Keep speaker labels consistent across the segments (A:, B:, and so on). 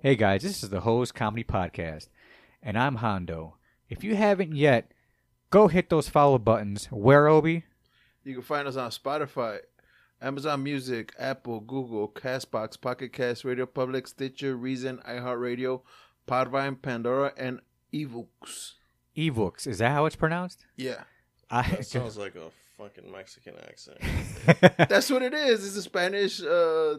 A: Hey guys, this is the Hose Comedy Podcast, and I'm Hondo. If you haven't yet, go hit those follow buttons. Where Obi?
B: You can find us on Spotify, Amazon Music, Apple, Google, Castbox, Pocket Cast, Radio Public, Stitcher, Reason, iHeartRadio, Podvine, Pandora, and Evooks.
A: Evooks. Is that how it's pronounced?
B: Yeah.
A: I,
C: That sounds like a fucking Mexican accent.
B: That's what it is. It's a Spanish uh,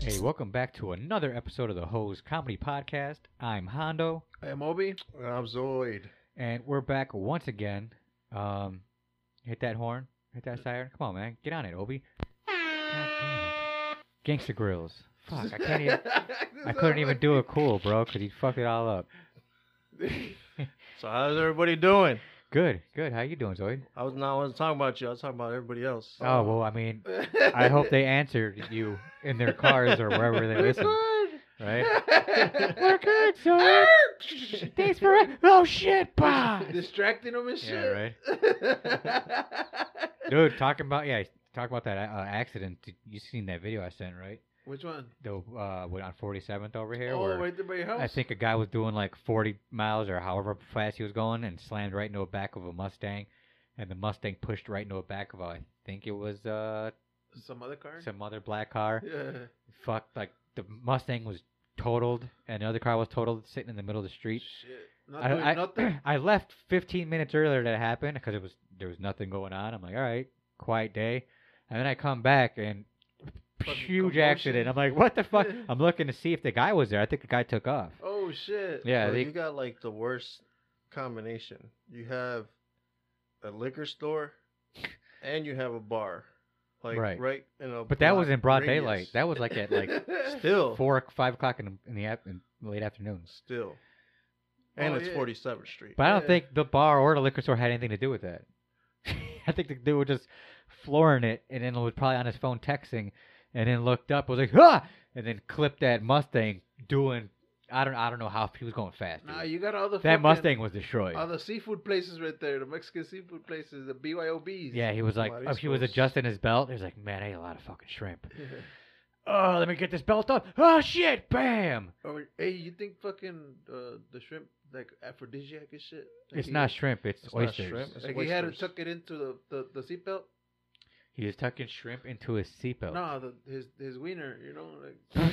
A: hey welcome back to another episode of the hose comedy podcast i'm hondo
B: I am Obi.
C: I'm Zoid.
A: And we're back once again. Um, hit that horn. Hit that siren. Come on, man. Get on it, Obi. God damn it. Gangsta Grills. Fuck, I can't even. I couldn't even do it cool, bro, because he fucked it all up.
D: So how's everybody doing?
A: Good, good. How you doing, Zoid?
D: I was not I wasn't talking about you. I was talking about everybody else.
A: Oh well, I mean, I hope they answered you in their cars or wherever they listen, right? We're good, Zoid. Thanks for oh shit, bah.
B: Distracting them and shit.
A: Yeah, right. Dude, talking about yeah, talk about that uh, accident. Did- You seen that video I sent, right?
B: Which one?
A: The uh, what, on 47th over here,
B: Oh,
A: where
B: right there by your house.
A: I think a guy was doing like 40 miles or however fast he was going, and slammed right into the back of a Mustang, and the Mustang pushed right into the back of a, I think it was uh
B: some other car.
A: some other black car.
B: Yeah.
A: Fuck, like the Mustang was totaled, and the other car was totaled, sitting in the middle of the street.
B: Shit. Not doing
A: I,
B: nothing.
A: I, I left 15 minutes earlier that it happened because it was there was nothing going on. I'm like, all right, quiet day, and then I come back and
B: Fucking
A: huge
B: commotion.
A: accident. I'm like, what the fuck? I'm looking to see if the guy was there. I think the guy took off.
B: Oh shit.
A: Yeah,
C: Bro,
A: they,
C: you got like the worst combination. You have a liquor store, and you have a bar, like
A: Right.
C: right, in a.
A: but that
C: block
A: was in broad
C: radius. Oh.
A: daylight. That was like at like
C: still,
A: four, o- five o'clock in the, in the ap- in late afternoons.
C: still, and
B: Oh,
C: it's
B: yeah.
C: 47th Street.
A: But I don't
B: Yeah.
A: think the bar or the liquor store had anything to do with that. I think the dude was just flooring it, and then was probably on his phone texting, and then looked up, was like, "Ah!" and then clipped that Mustang doing. I don't, I don't know how he was going fast.
B: Nah,
A: dude.
B: you got all the
A: that
B: fucking-
A: Mustang was destroyed.
B: All the seafood places right there, the Mexican seafood places, the BYOBs.
A: Yeah, he was like,
C: Bloody
A: uh, he was
C: screws.
A: adjusting his belt. He was like, "Man, I ate a lot of fucking shrimp." Oh, let me get this belt up. Oh shit! Bam!
B: Or, Oh, hey, you think fucking uh, the shrimp like aphrodisiac and shit? Like
A: It's
B: he-
A: not shrimp. It's,
C: It's not
A: oysters.
C: shrimp, it's
B: Like he had to
C: oysters.
B: tuck it into the the, the seatbelt.
A: He was tucking shrimp into his seatbelt.
B: No, the, his his wiener. You know, like.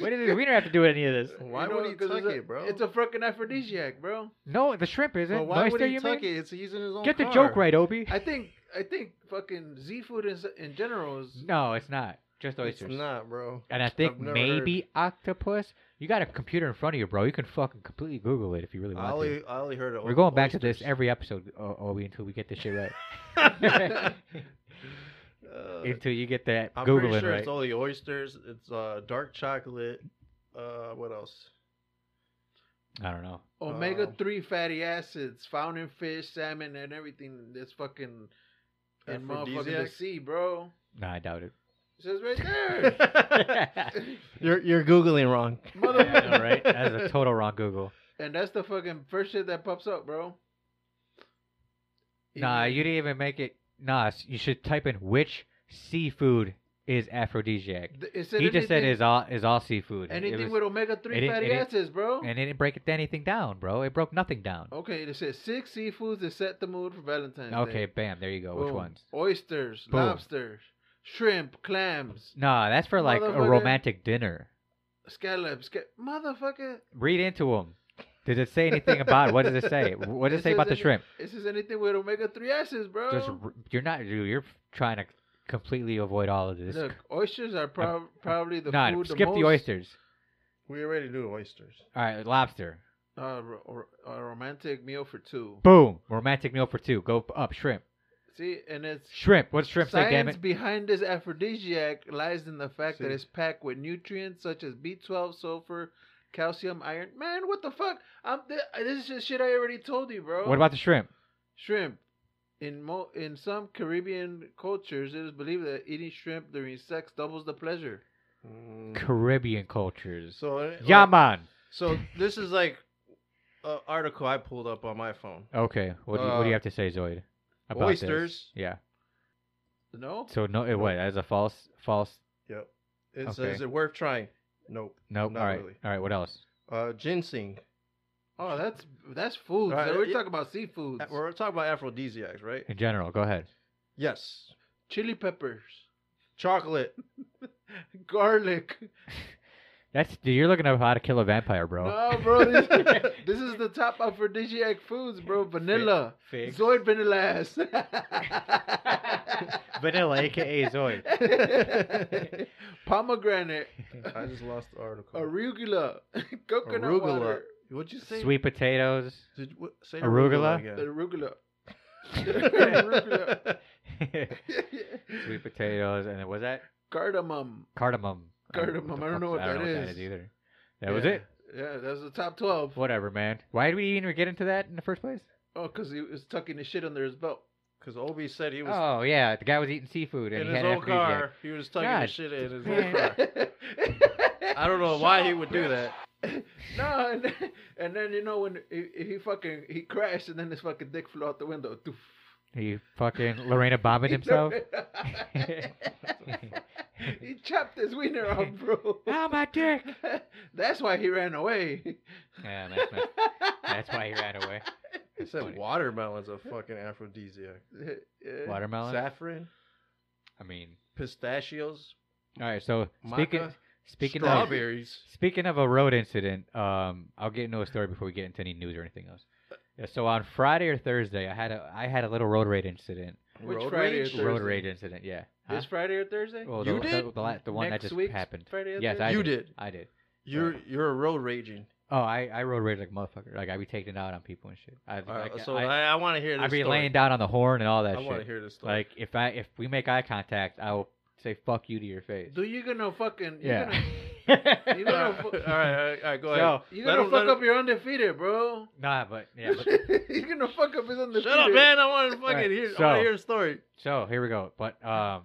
A: Why did the wiener have to do any of this?
C: Why
B: You know,
C: would he
B: 'cause
C: tuck
B: it's a-
C: it, bro?
B: It's a fucking aphrodisiac, bro.
A: No, the shrimp isn't.
C: But why would
A: Oyster,
C: he
A: you
C: tuck
A: mean?
C: it? It's using his own.
A: Get the
C: car.
A: joke right, Obi.
B: I think I think fucking Z food in, in general is
A: No, it's not. Just
C: It's
A: oysters.
C: not, bro.
A: And I think
C: I've never
A: maybe octopus. You got a computer in front of you, bro. You can fucking completely Google it if you really
C: I
A: want to.
C: only, I only heard it.
A: We're going back to this every episode, O- Obi, until we get this shit right.
C: Uh,
A: until you get that
C: I'm
A: Googling
C: pretty sure
A: right.
C: it's only oysters. It's uh, dark chocolate. Uh, what else?
A: I don't know.
B: omega
C: Oh.
B: three fatty acids found in fish, salmon, and everything that's fucking in motherfucking the
C: Aphrodisiac?
B: sea, bro.
A: No, I doubt it.
B: It says right there.
C: you're you're googling wrong.
B: Mother-
A: Yeah, I know, right? That's a total wrong Google.
B: and that's the fucking first shit that pops up, bro.
A: Nah,
B: Even-
A: you didn't even make it. Nah, s- you should type in which seafood is aphrodisiac.
B: Th- it said
A: He just said
B: anything-
A: is all is all seafood. It
B: anything
A: was-
B: with omega
A: it
B: three
A: didn't-
B: fatty
A: it didn't-
B: acids, bro.
A: and it didn't break anything down, bro. It broke nothing down.
B: Okay, it says six seafoods that set the mood for Valentine's Day.
A: Okay, bam, there you go. Which
B: Boom.
A: ones?
B: Oysters,
A: Boom.
B: lobsters, shrimp, clams,
A: Nah, that's for like a
B: Motherfucker.
A: romantic dinner.
B: scallops. Sca- Motherfucker,
A: Read into them. Does it say anything about? What does it say? What does it
B: It
A: say about the
B: says
A: shrimp?
B: this is anything with omega three acids, bro.
A: Just r- you're not dude, you're trying to completely avoid all of this.
B: Look, oysters are prob- probably the
A: Nah,
B: food.
A: skip
B: the,
A: the,
B: most-
A: oysters.
C: we already do oysters.
A: All right, lobster.
B: Uh, ro- or, a romantic meal for two.
A: Boom. Romantic meal for two. Go up. Shrimp.
B: See, and it's
A: Shrimp. What's shrimp say, damn
B: Science
A: it?
B: behind this aphrodisiac lies in the fact that
C: See.
B: it's packed with nutrients such as B12, sulfur, calcium, iron. Man, what the fuck? I'm th- this is just shit I already told you, bro.
A: What about the shrimp?
B: shrimp? In mo- in some Caribbean cultures, it is believed that eating shrimp during sex doubles the pleasure.
C: Mm.
A: Caribbean cultures.
C: So uh, like-
A: Yaman.
C: So this is like an article I pulled up on my phone.
A: Okay. What do, you, what do
C: Uh,
A: you have to say, Zoid? About this?
C: Oysters.
A: Yeah.
B: No,
A: So no, it what? As a false, false.
C: Yep. It
A: Okay.
C: says is it worth trying? Nope.
A: Nope.
C: Not
A: all right.
C: really.
A: All right. What else?
C: Uh, ginseng.
B: oh that's that's food.
C: Right,
B: We're
C: yeah.
B: talking about seafood.
C: Uh, We're talking about aphrodisiacs, right?
A: In general, go ahead.
C: Yes.
B: Chili peppers,
C: Chocolate.
B: garlic.
A: That's dude, you're looking up how to kill a vampire, bro.
B: No, bro, this, this is the top aphrodisiac foods, bro. Vanilla.
A: Figs.
B: Zoid vanilla ass.
A: Vanilla, aka Zoid.
B: Pomegranate,
C: I just lost the article.
B: arugula, coconut
C: Arugula.
B: water,
C: What'd you say?
A: Sweet potatoes.
C: Did, what, say
A: Arugula?
B: arugula.
C: arugula. again.
A: Sweet potatoes, and it was that
B: Cardamom.
A: cardamom.
B: Cardamom, I don't know
A: the fuck-
B: what
A: I don't
B: that
A: know what
B: is.
A: that is either. That was it.
B: Yeah, that's the top 12.
A: Whatever, man. Why did we even get into that in the first place?
B: Oh, because he was tucking his shit under his belt.
C: Because Obi said he was
A: Oh yeah, the guy was eating seafood and
C: in
A: he
C: his
A: had an
C: old
A: aphrodisiac.
C: car. He was tugging
A: God
C: his shit in his
A: damn.
C: old car. I don't know why he would do that.
B: No, and then, and then you know when he, he fucking he crashed and then his fucking dick flew out the window. Doof.
A: He fucking Lorena bombing himself.
B: he chopped his wiener off, bro.
A: oh my dick.
B: That's why he ran away.
A: Yeah, that's, messed- that's why he ran away.
C: He said
A: funny.
C: watermelon's a fucking aphrodisiac.
B: Yeah.
A: Watermelon.
C: Saffron,
A: I mean,
C: pistachios,
A: all right. So speaking
C: Maca,
A: speaking of
C: strawberries.
A: Speaking of a road incident, um, I'll get into a story before we get into any news or anything else. Yeah, so on Friday or Thursday, I had a I had a little road rage incident.
B: Which
C: road
B: Friday
C: rage?
B: is Thursday?
A: Road rage incident, yeah. Huh?
B: This Friday or Thursday?
A: Well,
C: You
A: the, the-
C: did?
A: The, la- the one
B: Next
A: that just
B: week's
A: happened.
B: Friday or
A: Yes, I
C: You
A: did.
C: did.
A: I did.
C: You're you're a road raging.
A: Oh, I, I road rage like a motherfucker. Like I be taking it out on people and shit. I,
C: Uh,
A: like,
C: so
A: I,
C: I, I want to hear. This
A: I be
C: story.
A: laying down on the horn and all that
C: I want to
A: shit.
C: hear this story.
A: Like if I if we make eye contact, I will say fuck you to your face.
B: Do you gonna fucking you
A: yeah.
B: gonna you gonna
C: all right, all
B: fu-
C: right, all right, all right, go
A: so
B: you
C: Let
B: gonna
C: him- let
B: fuck
C: him-
B: up your undefeated, bro?
A: nah, but yeah. But,
B: you gonna fuck up his
C: ahead.
B: undefeated.
C: Shut up, man! I want to fucking
A: Right,
C: hear. I
A: so-
C: want to hear a story.
A: So here we go. But um,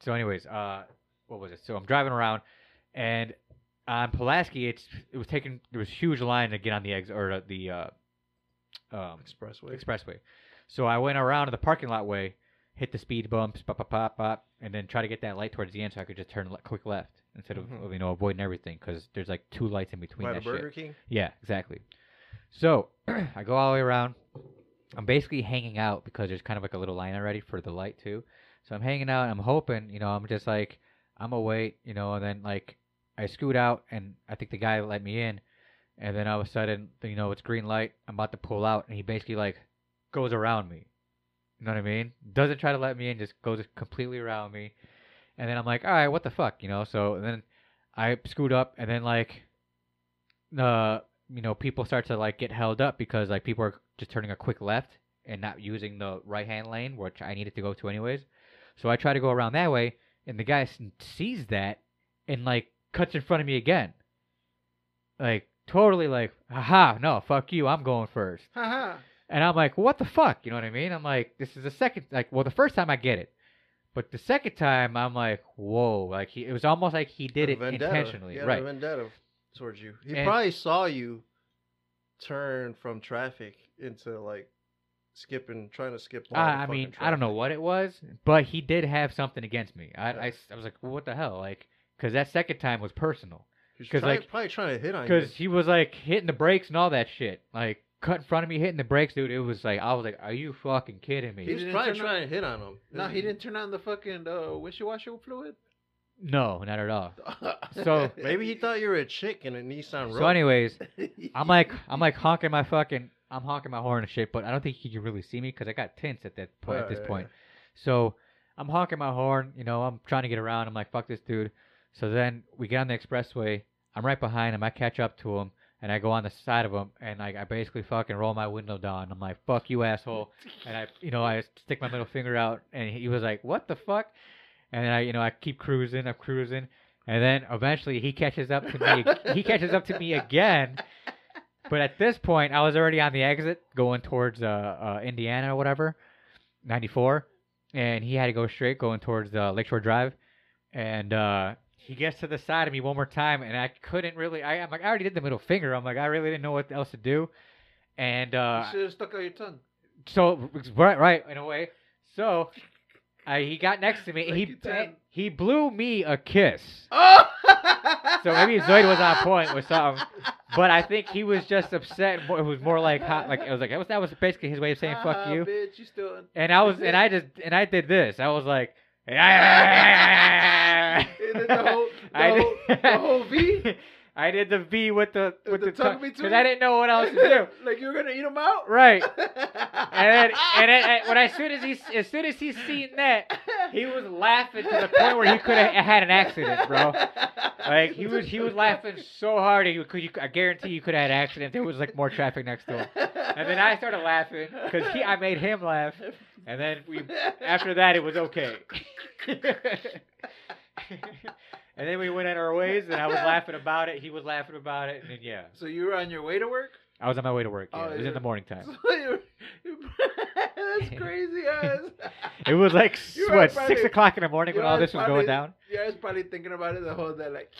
A: so anyways, uh, what was it? So I'm driving around, and on Pulaski, it's it was taking there was a huge line to get on the exit or the uh, um,
C: Expressway.
A: expressway. So I went around to the parking lot way, hit the speed bumps, pop, pop, pop, pop, and then try to get that light towards the end so I could just turn le- quick left instead of
C: Mhm.
A: you know avoiding everything because there's like two lights in between
C: By the
A: that shit.
C: Burger King.
A: Yeah, exactly. So I go all the way around. I'm basically hanging out because there's kind of like a little line already for the light too. So I'm hanging out. I'm hoping, you know, I'm just like I'm gonna wait, you know, and then like I scoot out and I think the guy let me in, and then all of a sudden, you know, it's green light. I'm about to pull out, and he basically like goes around me. You know what I mean? Doesn't try to let me in, just goes completely around me. And then I'm like, all right, what the fuck, you know? So and then I scoot up, and then like uh, you know, people start to like get held up because like people are just turning a quick left and not using the right hand lane, which I needed to go to anyways. So I try to go around that way, and the guy s- sees that and like cuts in front of me again. Like totally like, aha, no, fuck you, I'm going first.
B: Haha.
A: And I'm like, what the fuck? You know what I mean? I'm like, this is the second, like, well, the first time I get it. But the second time, I'm like, whoa, like he, it was almost like he did
C: A
A: it
C: vendetta.
A: intentionally,
C: He had a
A: right?
C: vendetta towards you. He
A: And-
C: probably saw you turn from traffic into like skipping, trying to skip.
A: Uh, I mean, I don't know what it was, but he did have something against me. I,
C: Yeah.
A: I s- I was like, well, what the hell? Like, because that second time was personal.
C: Because
A: 'cause,
C: like
A: like-
C: probably trying to hit on Oh, you.
A: Because he was like hitting the brakes and all that shit. Like, cut in front of me, hitting the brakes, dude. It was like, I was like, are you fucking kidding
C: He
A: me?
C: was
B: didn't
C: probably
B: turn on-
C: trying to hit on him.
B: No, he didn't turn on the fucking uh, wishy-washy fluid.
A: No, not at all. So-
C: Maybe he thought you were a chick in a Nissan
A: So,
C: Rogue.
A: anyways, I'm like, I'm like honking my fucking, I'm honking my horn and shit, but I don't think he can really see me because I got tense at that point. at
C: Yeah,
A: this
C: yeah,
A: point, so I'm honking my horn. You know, I'm trying to get around. I'm like, fuck this dude. So then we get on the expressway. I'm right behind him. I catch up to him, and I go on the side of him, and like I basically fucking roll my window down. I'm like, "Fuck you, asshole!" And I, you know, I stick my middle finger out, and he was like, "What the fuck?" And then I, you know, I keep cruising, I'm cruising, and then eventually he catches up to me. he catches up to me again, but at this point, I was already on the exit going towards uh, uh Indiana or whatever, 94, and he had to go straight going towards uh, Lakeshore Drive, and uh he gets to the side of me one more time, and I couldn't really. I, I'm like, I already did the middle finger. I'm like, I really didn't know what else to do, and uh,
B: should have stuck out your tongue.
A: so right, right, in a way. So I, he got next to me. and
B: Like you
A: he
B: did.
A: he blew me a kiss.
B: Oh!
A: So maybe Zoid was on point with something, but I think he was just upset. More- It was more like hot, like it was like that was that was basically his way of saying "fuck
B: Ah,
A: you."
B: Bitch, you still.
A: And I was, and I just, and I did this. I was like, yeah.
B: And then the whole, the
A: I
B: whole,
A: did-
B: the whole V.
A: I did the V with the
B: With
A: with
B: the
A: the,
B: tongue
A: tongue because
B: between?
A: I didn't know what else to do.
B: like you were gonna eat them out.
A: Right. And
B: and
A: then, and then and when as soon as he as soon as he seen that, he was laughing to the point where he could have had an accident, bro. Like he was he was laughing so hard he could you, I guarantee you could have had an accident. if There was like more traffic next to him. And then I started laughing because he I made him laugh, and then we after that it was okay. and then we went in our ways, and I was laughing about it. He was laughing about it, and then, yeah,
B: So you were on your way to work.
A: I was on my way to work. Yeah,
B: Oh,
A: it was in
B: yeah.
A: the morning time.
B: So you you- that's crazy, ass.
A: It was like
B: You were
A: what
B: probably-
A: six o'clock in the morning when
B: you
A: all
B: were
A: this was
B: probably-
A: going down.
B: Yeah, I was probably thinking about it the whole day, like.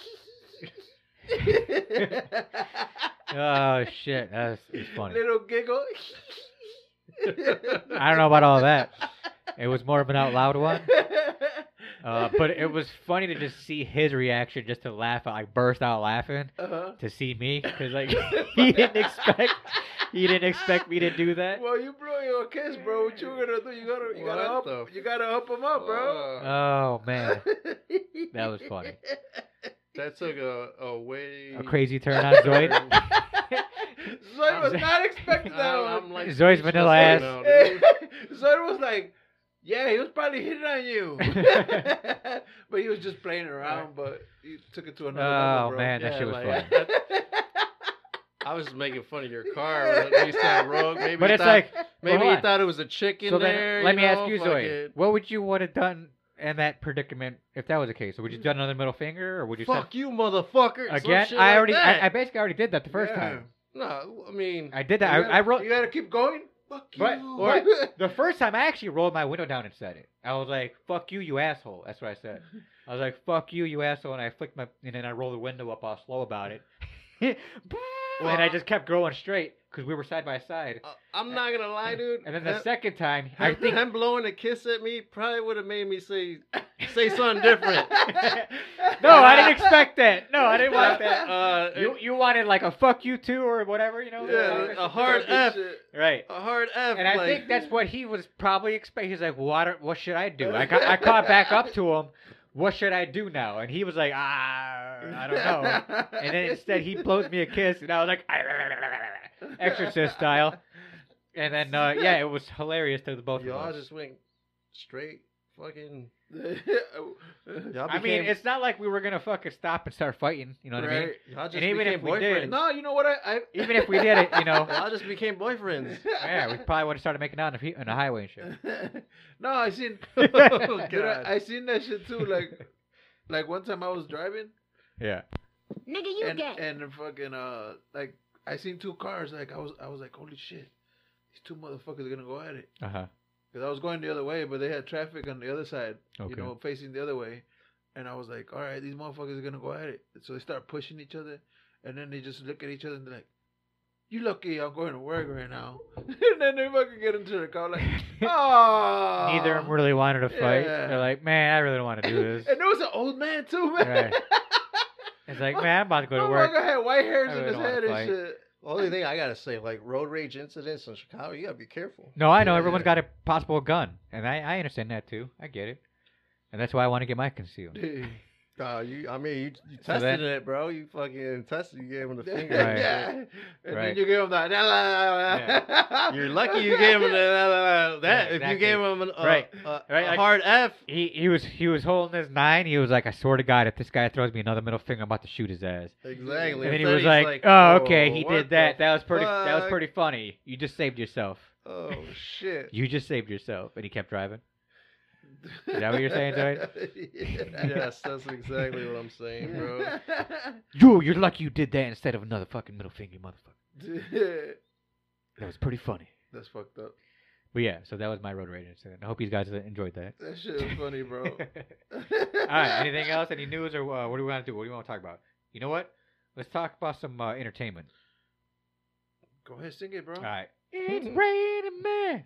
A: Oh shit, that's it's funny.
B: Little giggle.
A: I don't know about all that. It was more of an out loud one, uh, but it was funny to just see his reaction, just to laugh. I burst out laughing
B: Uh-huh.
A: to see me because like he didn't expect he didn't expect me to do that.
B: Well, you blew your kiss, bro. What you gonna do? You gotta, you gotta
C: What
B: up,
C: the f-
B: you gotta up him up, bro.
C: Uh,
A: Oh man, that was funny.
C: that took a, a way.
A: A crazy turn on Zoid.
B: Zoid was not expecting that
C: I-
B: one.
C: I'm like
A: Zoid's
C: speechless
A: vanilla
C: right
A: ass.
C: now, dude.
B: Zoid was like, yeah, he was probably hitting on you, but he was just playing around. But he took it to another level,
A: Oh
B: bro.
A: man, that
C: Yeah,
A: shit was
C: like-
A: funny.
C: I was making fun of your car when you said rogue. Maybe
A: But
C: you
A: it's
C: thought,
A: like
C: maybe
A: hold
C: you
A: on.
C: thought it was a chicken
A: so
C: there.
A: then let
C: you
A: me
C: know,
A: ask you,
C: fuck
A: Zoe,
C: it.
A: what would you would have done in that predicament if that was the case? Would you have done another middle finger, or would you
C: Fuck you, motherfucker! Some
A: send, again?
C: shit
A: I
C: like
A: already,
C: that.
A: I, I basically already did that the first
B: Yeah.
A: time.
C: no, I mean,
A: I did that.
B: You gotta-
A: I, I rolled
B: You gotta keep going. Fuck you.
A: But- or- the first time. I actually rolled my window down and said it. I was like, "Fuck you, you asshole." That's what I said. I was like, "Fuck you, you asshole," and I flicked my and then I rolled the window up all slow about it. and I just kept going straight because we were side by side.
C: uh, I'm not gonna lie, dude.
A: And then the
C: Him-
A: second time, I think
C: him blowing a kiss at me probably would have made me say say something different.
A: no, I didn't expect that. No, I didn't want that.
C: Uh,
A: You you wanted like a fuck you too or whatever, you know?
C: Yeah, a hard
B: Fucking
C: F,
B: shit.
A: Right.
C: a hard F.
A: And I
C: like,
A: think that's what he was probably expecting. He's like, what, are- what should I do? I, ca- I caught back up to him. What should I do now? And he was like, ah, I don't know. And then instead, he blows me a kiss, and I was like, exorcist style. And then, uh, yeah, it was hilarious to the both of
C: y'all
A: us.
C: just went straight fucking.
B: right.
C: Y'all
A: I
C: became,
A: mean, it's not like we were going to fucking stop and start fighting. You know what I mean?
C: y'all just
A: and even
C: became
A: if we did-
C: boyfriends.
B: No, you know what? I, I
A: Even if we did it, you know,
C: y'all just became boyfriends.
A: yeah, we probably would have started making out in the, in the highway and shit.
B: no, I seen.
C: oh
B: Dude,
C: god.
B: I, I seen that shit too. Like, like one time I was driving
A: Yeah.
E: Nigga, you
B: and
E: gay.
B: and fucking uh like I seen two cars. Like I was I was like holy shit, these two motherfuckers are gonna go at it
A: Uh huh.
B: because I was going the other way, but they had traffic on the other side.
A: Okay.
B: You know, facing the other way, and I was like, all right, these motherfuckers are gonna go at it. So they start pushing each other, and then they just look at each other and they're like. You lucky I'm going to work right now. and then they fucking get into the car like, oh.
A: Neither of them really wanted to fight.
B: Yeah.
A: They're like, man, I really don't want to do this.
B: And there was an old man too, man.
A: Right. It's like, man, I'm about to go to
B: Motherfucker
A: work.
B: had white hairs
A: I
B: in
A: really
B: his
A: don't wanna
B: head and
A: fight.
B: shit.
C: Only thing I gotta say, like road rage incidents in Chicago, you gotta be careful.
A: No, I know
B: Yeah,
A: everyone's
B: yeah.
A: got a possible gun, and I, I understand that too. I get it, and that's why I want to get mine concealed.
B: Dude.
C: Nah, you. I mean, you, you
A: So
C: tested
A: that-
C: it, bro. You fucking tested. You gave him the finger.
A: Right.
B: yeah. And
A: Right.
B: then you give him that.
D: You're lucky you gave him that.
A: Yeah,
D: that. If
A: exactly.
D: you gave him an, a,
A: Right.
D: a-
A: Right,
D: a
A: I-
D: hard F,
A: He he was he was holding his nine. He was like, I swear to God, if this guy throws me another middle finger, I'm about to shoot his ass.
C: Exactly.
A: And then he
C: Instead,
A: was
C: he's
A: like, Oh, okay,
C: "Oh,
A: he
C: what
A: did that.
C: the
A: That was pretty. That was
C: fuck?"
A: pretty funny. You just saved yourself.
C: Oh shit.
A: You just saved yourself, and he kept driving. Is that what you're saying,
C: yes, that's exactly what I'm saying, bro.
A: Yo, you're lucky you did that instead of another fucking middle finger, motherfucker.
B: yeah.
A: That was pretty funny.
B: That's fucked up.
A: But yeah, so that was my road rage incident. I hope you guys enjoyed that.
B: That shit is funny, bro.
A: All right, anything else? Any news or uh, what do we want to do? What do you want to talk about? You know what? Let's talk about some uh, entertainment.
B: Go ahead, sing it, bro.
A: All right. It's raining man.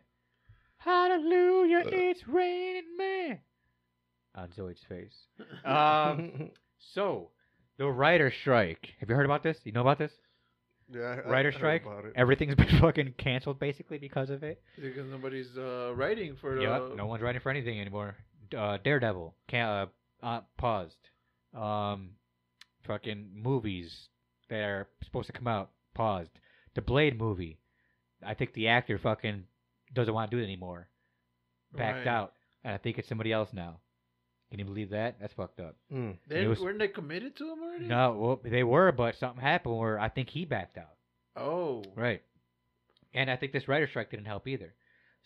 A: Hallelujah, it's raining man. On Zoid's face. Um, so, the writer strike. Have you heard about this? You know about this?
C: yeah, I- I
A: writer
C: heard
A: strike?
C: about it.
A: Everything's been fucking canceled basically because of it.
B: Because nobody's uh, writing for the.
A: Yep, no one's writing for anything anymore. D- Uh, Daredevil can uh, uh, paused. Um, fucking movies that are supposed to come out paused. The Blade movie, I think the actor fucking doesn't want to do it anymore. Backed
B: Right.
A: out, and I think it's somebody else now. Can you believe that? That's fucked up.
C: Mm.
B: They,
A: It was-
B: weren't they committed to him already?
A: No, well they were, but something happened where I think he backed out.
B: Oh.
A: Right. And I think this writer strike didn't help either.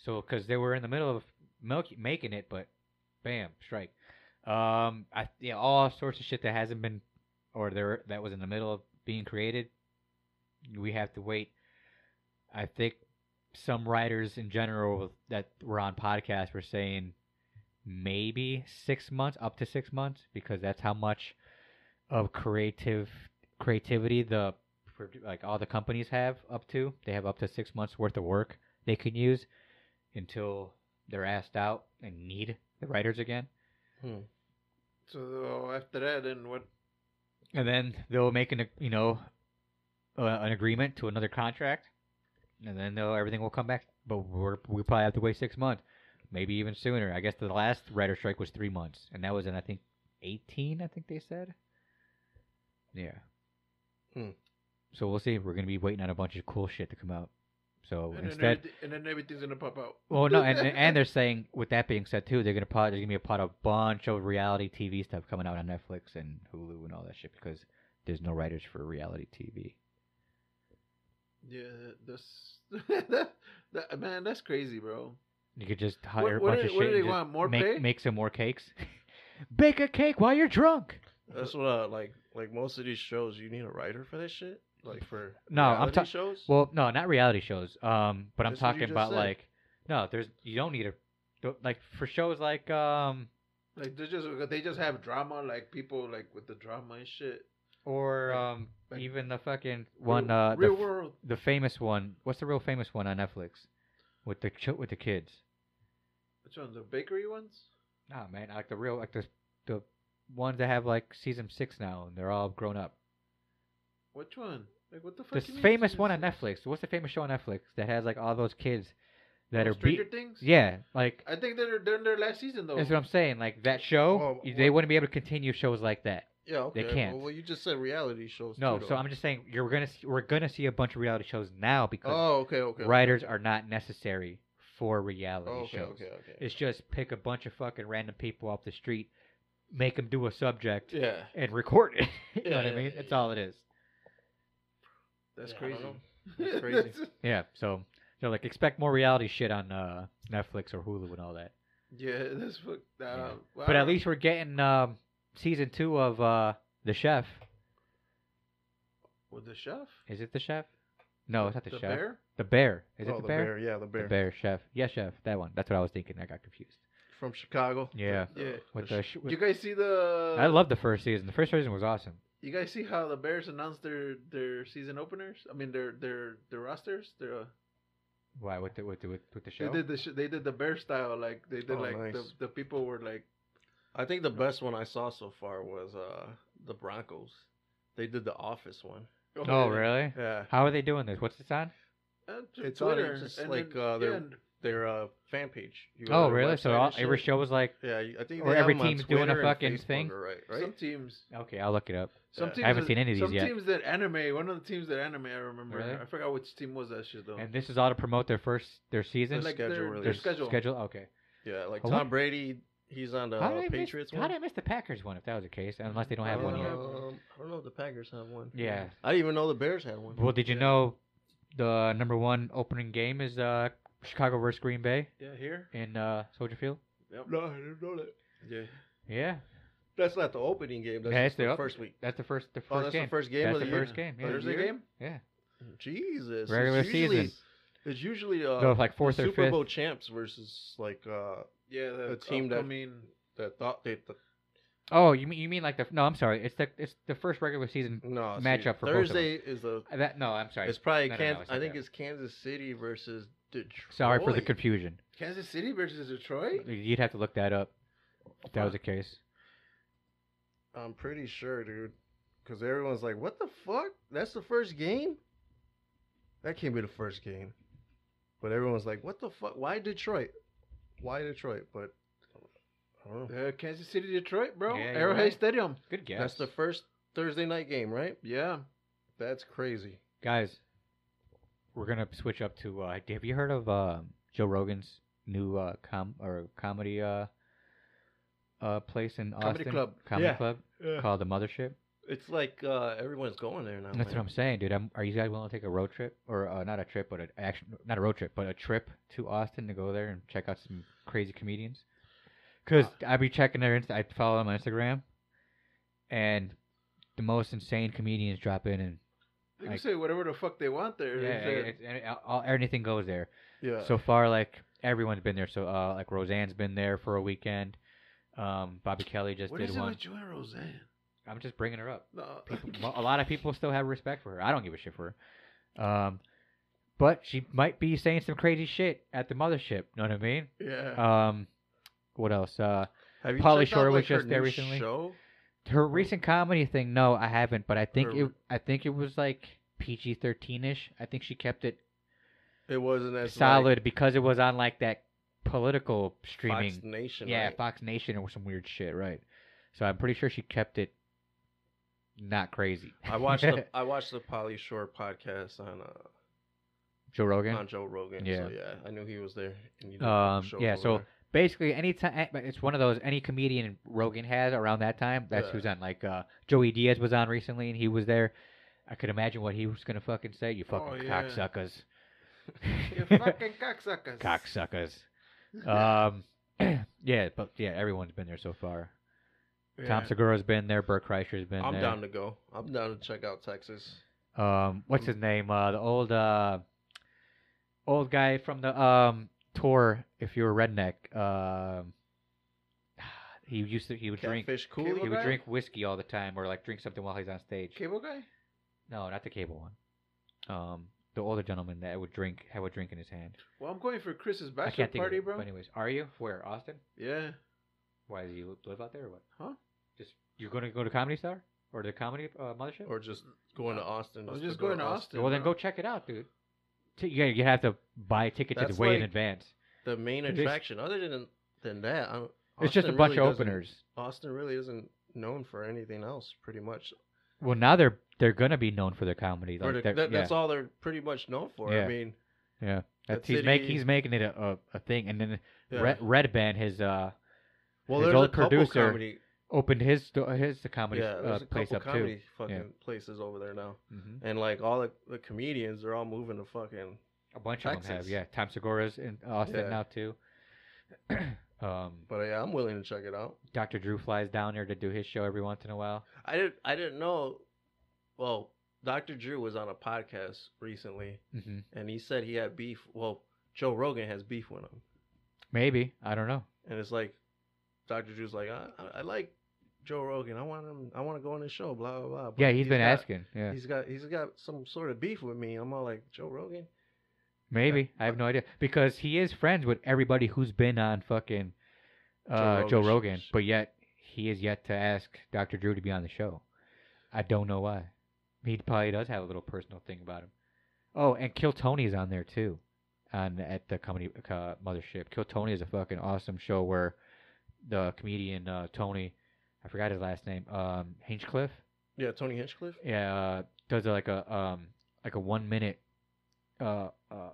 A: So because they were in the middle of milk, making it, but bam, strike. Um, I yeah, all sorts of shit that hasn't been or there that was in the middle of being created. We have to wait. I think some writers in general that were on podcasts were saying maybe six months, up to six months, because that's how much of creative creativity the produ- like all the companies have up to. They have up to six months worth of work they can use until they're asked out and need the writers again.
B: So after that, then what?
A: And then they'll make an you know uh, an agreement to another contract, and then they'll, everything will come back. But we're, we probably have to wait six months, maybe even sooner. I guess the last writer strike was three months, and that was in I think eighteen. I think they said. Yeah.
C: Hmm.
A: So we'll see. We're gonna be waiting on a bunch of cool shit to come out. So
B: And, then,
A: instead,
B: everything, and then everything's gonna pop out.
A: Well, no, and and they're saying with that being said too, they're gonna probably there's gonna be a pot of bunch of reality TV stuff coming out on Netflix and Hulu and all that shit because there's no writers for reality TV.
B: Yeah, that's that, that- man. That's crazy, bro.
A: You could just
B: What,
A: hire
B: what
A: a bunch
B: do,
A: of shit.
B: what do they
A: and just
B: want? More
A: make
B: pay?
A: make some more cakes. Bake a cake while you're drunk.
C: That's what I like. Like most of these shows, you need a writer for this shit. Like for
A: No, I'm
C: reality
A: ta-
C: shows.
A: Well, no, not reality shows. Um, but I'm
C: That's what you
A: talking
C: just
A: about
C: said.
A: like no, there's you don't need a don't- like for shows like um
B: Like they just they just have drama, like people like with the drama and shit.
A: or
B: Like-
A: um
B: like-
A: even the fucking one
B: real,
A: uh the
B: real
A: f-
B: world.
A: the famous one. What's the real famous one on Netflix? With the ch- with the kids.
B: Which one? The bakery ones?
A: Nah, man. Like the real like the the ones that have like season six now and they're all grown up.
B: Which one? Like what the fuck?
A: The
B: you mean
A: famous
B: season
A: one on
B: six?
A: Netflix. What's the famous show on Netflix that has like all those kids that
B: Oh,
A: are
B: Stranger
A: beat?
B: Things. Oh.
A: Yeah, like
B: I think they're they're in their last season though.
A: that's what I'm saying. Like that show,
B: Oh,
C: Well,
A: y- they
C: what-
A: wouldn't be able to continue shows like that.
C: yeah, okay.
A: they can't.
C: Well, well, you just said reality shows.
A: No,
C: too,
A: so
C: though.
A: I'm just saying you're gonna see, we're gonna see a bunch of reality shows now because
C: Oh, okay, okay.
A: writers are not necessary for reality
C: Oh, okay,
A: shows.
C: okay, okay.
A: It's just pick a bunch of fucking random people off the street, make them do a subject,
C: yeah,
A: and record it. you know what I
C: Yeah,
A: mean?
C: yeah,
A: That's
C: yeah.
A: all it is.
B: That's
C: Yeah, I
B: crazy.
C: don't know. That's crazy.
A: Yeah. So, so like, expect more reality shit on uh, Netflix or Hulu and all that.
B: yeah, that's fuck. Uh,
A: Yeah.
B: well,
A: But
B: I
A: at
B: don't-
A: least we're getting um, season two of uh, The Chef.
B: with the chef.
A: Is it The Chef? No, it's not The,
B: the
A: Chef.
B: bear.
A: The Bear. Is
C: Oh,
A: it The Bear?
C: Yeah, the bear.
A: The Bear Chef. Yeah, Chef. That one. That's what I was thinking. I got confused.
C: from Chicago.
A: Yeah.
B: Yeah.
A: With the, sh- with-
B: you guys see the?
A: I love the first season. The first season was awesome.
B: You guys see how the Bears announced their their season openers? I mean their their their rosters. Their uh,
A: Why with the with the, with, with the
B: they
A: show?
B: did the sh- they did the bear style like they did
C: Oh,
B: like the,
C: nice.
B: the people were like
C: I think the best one I saw so far was uh the Broncos. They did the Office one.
A: oh, really?
C: Yeah,
A: How are they doing this? What's this on?
B: Uh, t-
C: It's on-
B: Twitter.
C: it's just
B: and
C: like,
B: then-
C: uh, they're-
B: yeah, and
C: they're their uh, fan page. You go to
A: Oh,
C: their
A: really? So
C: website
A: all,
C: and shit.
A: every show was like,
C: Yeah, you- I think
A: Or
C: they have
A: every
C: them on
A: team's doing a
C: Twitter and
A: fucking
C: Facebook,
A: thing?
C: Right,
B: Some
C: right.
B: teams.
A: okay, I'll look it up.
B: Some
C: Yeah.
B: teams
A: haven't
B: that-
A: seen any of these
B: some
A: yet.
B: teams that anime. One of the teams that anime. I remember.
A: Really?
B: I forgot which team was that shit though.
A: And this is all to promote their first their season.
C: Their
B: like
C: schedule
B: their,
C: release.
B: their
A: s-
B: schedule.
A: Okay.
C: Yeah, like
A: Oh,
C: Tom
A: what-
C: Brady, he's on the uh,
A: how did I miss,
C: Patriots
A: how
C: one.
A: did I miss the Packers one? If that was the case, unless they don't have
C: I
A: one
C: don't
A: yet.
C: know, um, I don't know if the Packers have one.
A: Yeah.
C: I didn't even know the Bears had one.
A: Well, did you know the number one opening game is uh, Chicago versus Green Bay
B: Yeah, here.
A: in uh, Soldier Field?
C: No, I didn't know that. Yeah,
A: Yeah,
C: that's not the opening game. That's,
A: Yeah, it's
C: just the,
A: the op-
C: first week.
A: that's the first the first
C: Oh, that's
A: game.
C: the first game
A: That's
C: of the,
A: the
C: year?
A: first game, yeah.
C: Of
B: There's
C: the
B: a
C: year?
B: game.
A: yeah,
C: Jesus, it's
A: Regular
C: usually-
A: season.
C: It's usually uh,
A: so like fourth
C: the
A: or
C: Super
A: fifth.
C: Bowl champs versus like uh,
B: Yeah, the,
C: The team that-
B: I mean,
C: that thought they th-
A: Oh, you mean you mean like the no? I'm sorry, it's the it's the first regular season.
C: no see,
A: Matchup for both of them.
C: Thursday is the
A: Uh, That no, I'm sorry.
C: it's probably
A: No, no, no,
C: Kansas.
A: it's not
C: I think
A: that.
C: it's Kansas City versus Detroit.
A: Sorry for the confusion.
B: Kansas City versus Detroit.
A: You'd have to look that up. If that was the case.
C: I'm pretty sure, dude, because everyone's like, "What the fuck? That's the first game? That can't be the first game." But everyone's like, "What the fuck? Why Detroit? Why Detroit?" But I don't know.
B: Uh, Kansas City, Detroit, bro.
A: Yeah, you're
B: Arrowhead
A: right.
B: Stadium.
A: Good guess.
C: That's the first Thursday night game, right?
B: Yeah.
C: That's crazy.
A: guys. We're gonna switch up to. Uh, have you heard of uh, Joe Rogan's new uh, com or comedy uh, uh, place in
B: Comedy
A: Austin?
B: club.
A: Comedy
C: Yeah.
A: club called the Mothership.
C: It's like uh, everyone's going there
B: Oh,
C: now.
A: That's what
C: man.
A: I'm saying, dude. I'm, are you guys willing to take a road trip, or uh, not a trip, but an action, not a road trip, but a trip to Austin to go there and check out some crazy comedians? Because
B: Uh.
A: I be checking their Insta, I follow them on Instagram, and the most insane comedians drop in, and
B: They can
A: Like-
B: say whatever the fuck they want there.
A: yeah,
B: They-
A: it's, and it- all, anything goes there.
C: Yeah.
A: So far, like everyone's been there. So uh, like Roseanne's been there for a weekend. Um, Bobby Kelly just
B: what
A: did
B: is it
A: one.
B: with you and Roseanne?
A: I'm just bringing her up.
B: No.
A: people, mo- a lot of people still have respect for her. I don't give a shit for her. Um, but she might be saying some crazy shit at the mothership. Know what I mean?
B: yeah.
A: Um, what else? Uh,
C: Have you
A: Pauly
C: checked out,
A: Shore was
C: her
A: just there
C: new
A: recently.
C: Show?
A: her recent comedy thing. No, I haven't. But I think
C: Her-
A: it. I think it was like PG thirteen ish. I think she kept it
C: It wasn't as
A: solid because it was on like that political
C: like, Fox
A: streaming.
C: Nation.
A: yeah,
C: right?
A: Fox Nation or some weird shit, right? So I'm pretty sure she kept it not crazy.
C: I watched the I watched the Polly Shore podcast on uh,
A: Joe Rogan.
C: on Joe Rogan.
A: Yeah.
C: so yeah, I knew he was there. And you
A: Um, yeah, so
C: there.
A: basically any time it's one of those any comedian Rogan has around that time. That's
C: Yeah.
A: who's on. Like uh, Joey Diaz was on recently, and he was there. I could imagine what he was gonna fucking say. You
B: Oh,
A: fucking
B: yeah.
A: cocksuckers,
B: you fucking cocksuckers.
A: cocksuckers. um, yeah, but yeah, everyone's been there so far.
B: Yeah.
A: Tom Segura's been there. Burt Kreischer's been
C: I'm
A: there.
C: down to go. I'm down to check out Texas.
A: Um, what's
B: Mm.
A: his name? Uh, the old uh, old guy from the um tour. If you're a redneck, um, he used to he would drink.
C: Catfish cool.
B: Cable
A: he would
B: guy?
A: drink whiskey all the time or like drink something while he's on stage.
B: Cable guy.
A: No, not the cable one. Um, the older gentleman that would drink have a drink in his hand.
B: Well, I'm going for Chris's
A: I
B: bachelor
A: can't think
B: party,
A: of it.
B: bro.
A: But anyways, are you where Austin?
B: Yeah.
A: Why do you live out there or what?
B: Huh?
A: Just you're going to go to Comedy Star or the Comedy uh, Mothership?
C: Or just going to Austin.
B: I'm just,
C: go
B: going to Austin.
A: well, then
B: bro.
A: go check it out, dude. T- you you have to buy a ticket to
C: That's
A: way in
C: like-
A: advance.
C: The main
A: This-
C: attraction. Other than than that, I,
A: It's just a bunch of openers.
C: Austin really isn't known for anything else, pretty much.
A: Well, now they're they're gonna be known for their comedy.
C: Or
A: Like,
C: the-
A: they're-
C: that- that's
A: yeah,
C: all they're pretty much known for.
A: Yeah.
C: I mean,
A: yeah.
C: that
A: That's- he's making
C: city-
A: he's making it a, a, a thing, and then
C: yeah.
A: Red, Red Band his uh
C: well,
A: his
C: there's
A: old
C: a couple
A: producer-
C: comedy
A: opened his sto- his comedy
C: yeah,
A: uh,
C: there's a
A: place
C: couple
A: up
C: comedy
A: too.
C: fucking
A: Yeah.
C: places over there now,
A: hmm
C: and like all the, the comedians, they're all moving to fucking
A: A bunch of them have,
C: Texas.
A: yeah. Tom Segura's in Austin
C: Yeah.
A: now too. um,
C: But yeah, I'm willing to check it out.
A: Dr. Drew flies down there to do his show every once in a while.
C: I didn't I didn't know. Well, Dr. Drew was on a podcast recently,
A: hmm
C: and he said he had beef. Well, Joe Rogan has beef with him,
A: Maybe I don't know.
C: and it's like Dr. Drew's like, I, I, I like Joe Rogan. I want him. I want to go on his show. Blah blah blah. But
A: Yeah, he's been
C: got-
A: asking. Yeah,
C: He's got he's got some sort of beef with me. I'm all like Joe Rogan.
A: maybe I have no idea because he is friends with everybody who's been on fucking uh, Joe,
C: Rogan's
A: Rogan,
C: shows.
A: but yet he is yet to ask Dr. Drew to be on the show. I don't know why. He probably does have a little personal thing about him. Oh, and Kill Tony's on there too. on at the comedy uh, mothership. Kill Tony is a fucking awesome show where the comedian uh, Tony, I forgot his last name, um, Hinchcliffe,
C: Yeah, Tony Hinchcliffe.
A: yeah, uh, does like a um like a one minute uh uh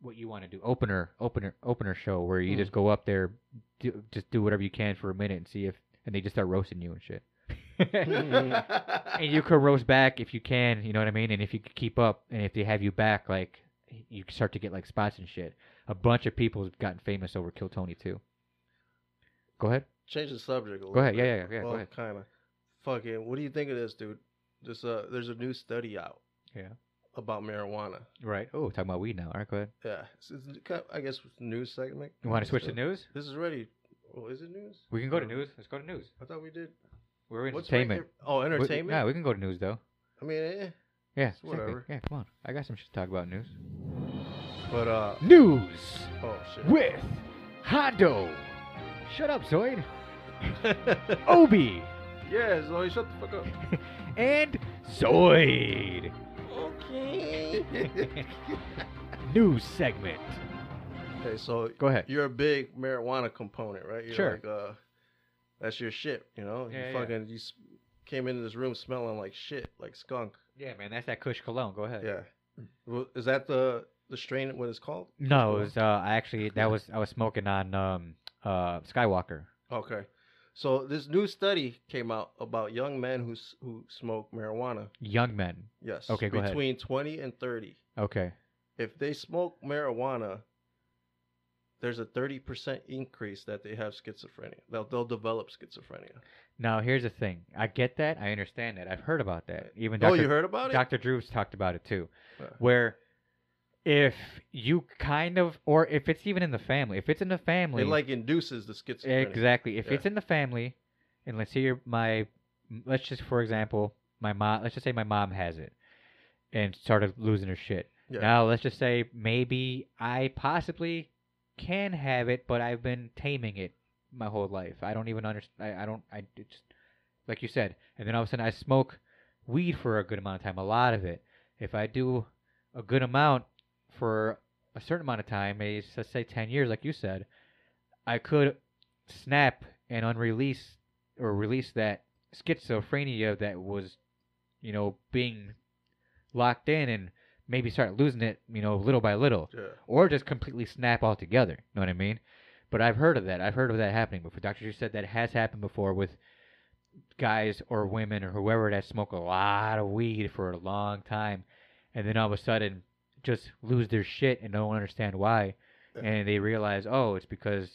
A: what you want to do opener opener opener show where you
C: Mm.
A: just go up there, do, just do whatever you can for a minute and see if and they just start roasting you and shit. and you can roast back if you can, you know what I mean? And if you can keep up and if they have you back, like you can start to get like spots and shit. A bunch of people have gotten famous over Kill Tony too. Go ahead.
C: Change the subject a little.
A: Go ahead.
C: bit.
A: Yeah, yeah, yeah. Go
C: well,
A: ahead.
C: kind of. Fucking. What do you think of this, dude? This uh, there's a new study out.
A: Yeah.
C: About marijuana.
A: Right. Oh, talking about weed now. All right, go ahead.
C: Yeah. So it's kind of- I guess it's news segment.
A: You want to switch to news?
C: This is ready. Oh, is it news?
A: We can go to news. Let's go to news.
C: I thought we did.
A: We're in
C: What's
A: entertainment.
C: regular- Oh,
A: We-
C: entertainment.
A: Yeah, we can go to news though.
C: I mean, eh.
A: Yeah,
C: It's
A: exactly.
C: whatever.
A: Yeah, come on. I got some shit to talk about. News.
C: but uh.
A: News
C: Oh shit.
A: with Hondo. Shut up, Zoid. Obi
B: Yeah, Zoe, shut the fuck up.
A: and Zoid.
C: okay.
A: News segment.
C: okay, so
A: Go ahead.
C: you're a big marijuana component, right? You're
A: Sure.
C: Like, uh, that's your shit. You know,
A: Yeah,
C: you
A: yeah.
C: fucking you s- came into this room smelling like shit, like skunk.
A: Yeah, man, that's that Kush cologne. Go ahead.
C: Yeah. Well, is that the the strain? What it's called?
A: No, it was uh, I actually that was I was smoking on um uh Skywalker.
C: Okay. So this new study came out about young men who s- who smoke marijuana.
A: Young men.
C: Yes.
A: Okay, go ahead.
C: Between twenty and thirty,
A: Okay.
C: if they smoke marijuana, there's a thirty percent increase that they have schizophrenia. They'll they'll develop schizophrenia.
A: Now here's the thing. I get that. I understand that. I've heard about that. Even
C: oh,
A: Dr.
C: you heard about it? Uh.
A: Dr. Drew's talked about it too,
C: Yeah.
A: where if you kind of, or if it's even in the family, if it's in the family,
C: it like induces the schizophrenia.
A: exactly, if
C: Yeah.
A: it's in the family, and let's say your my, let's just for example, my mom, let's just say my mom has it, and started losing her shit.
C: Yeah.
A: Now let's just say maybe I possibly can have it, but I've been taming it my whole life. I don't even understand. I, I don't. I it's like you said, and then all of a sudden I smoke weed for a good amount of time, a lot of it. If I do a good amount for a certain amount of time, maybe s- let's say ten years, like you said, I could snap and unrelease or release that schizophrenia that was, you know, being locked in and maybe start losing it, you know, little by little
C: Yeah.
A: or just completely snap altogether. You know what I mean? But I've heard of that. I've heard of that happening before. Dr. Drew said that has happened before with guys or women or whoever that smoke a lot of weed for a long time and then all of a sudden just lose their shit and don't understand why.
C: Yeah.
A: And they realize, oh, it's because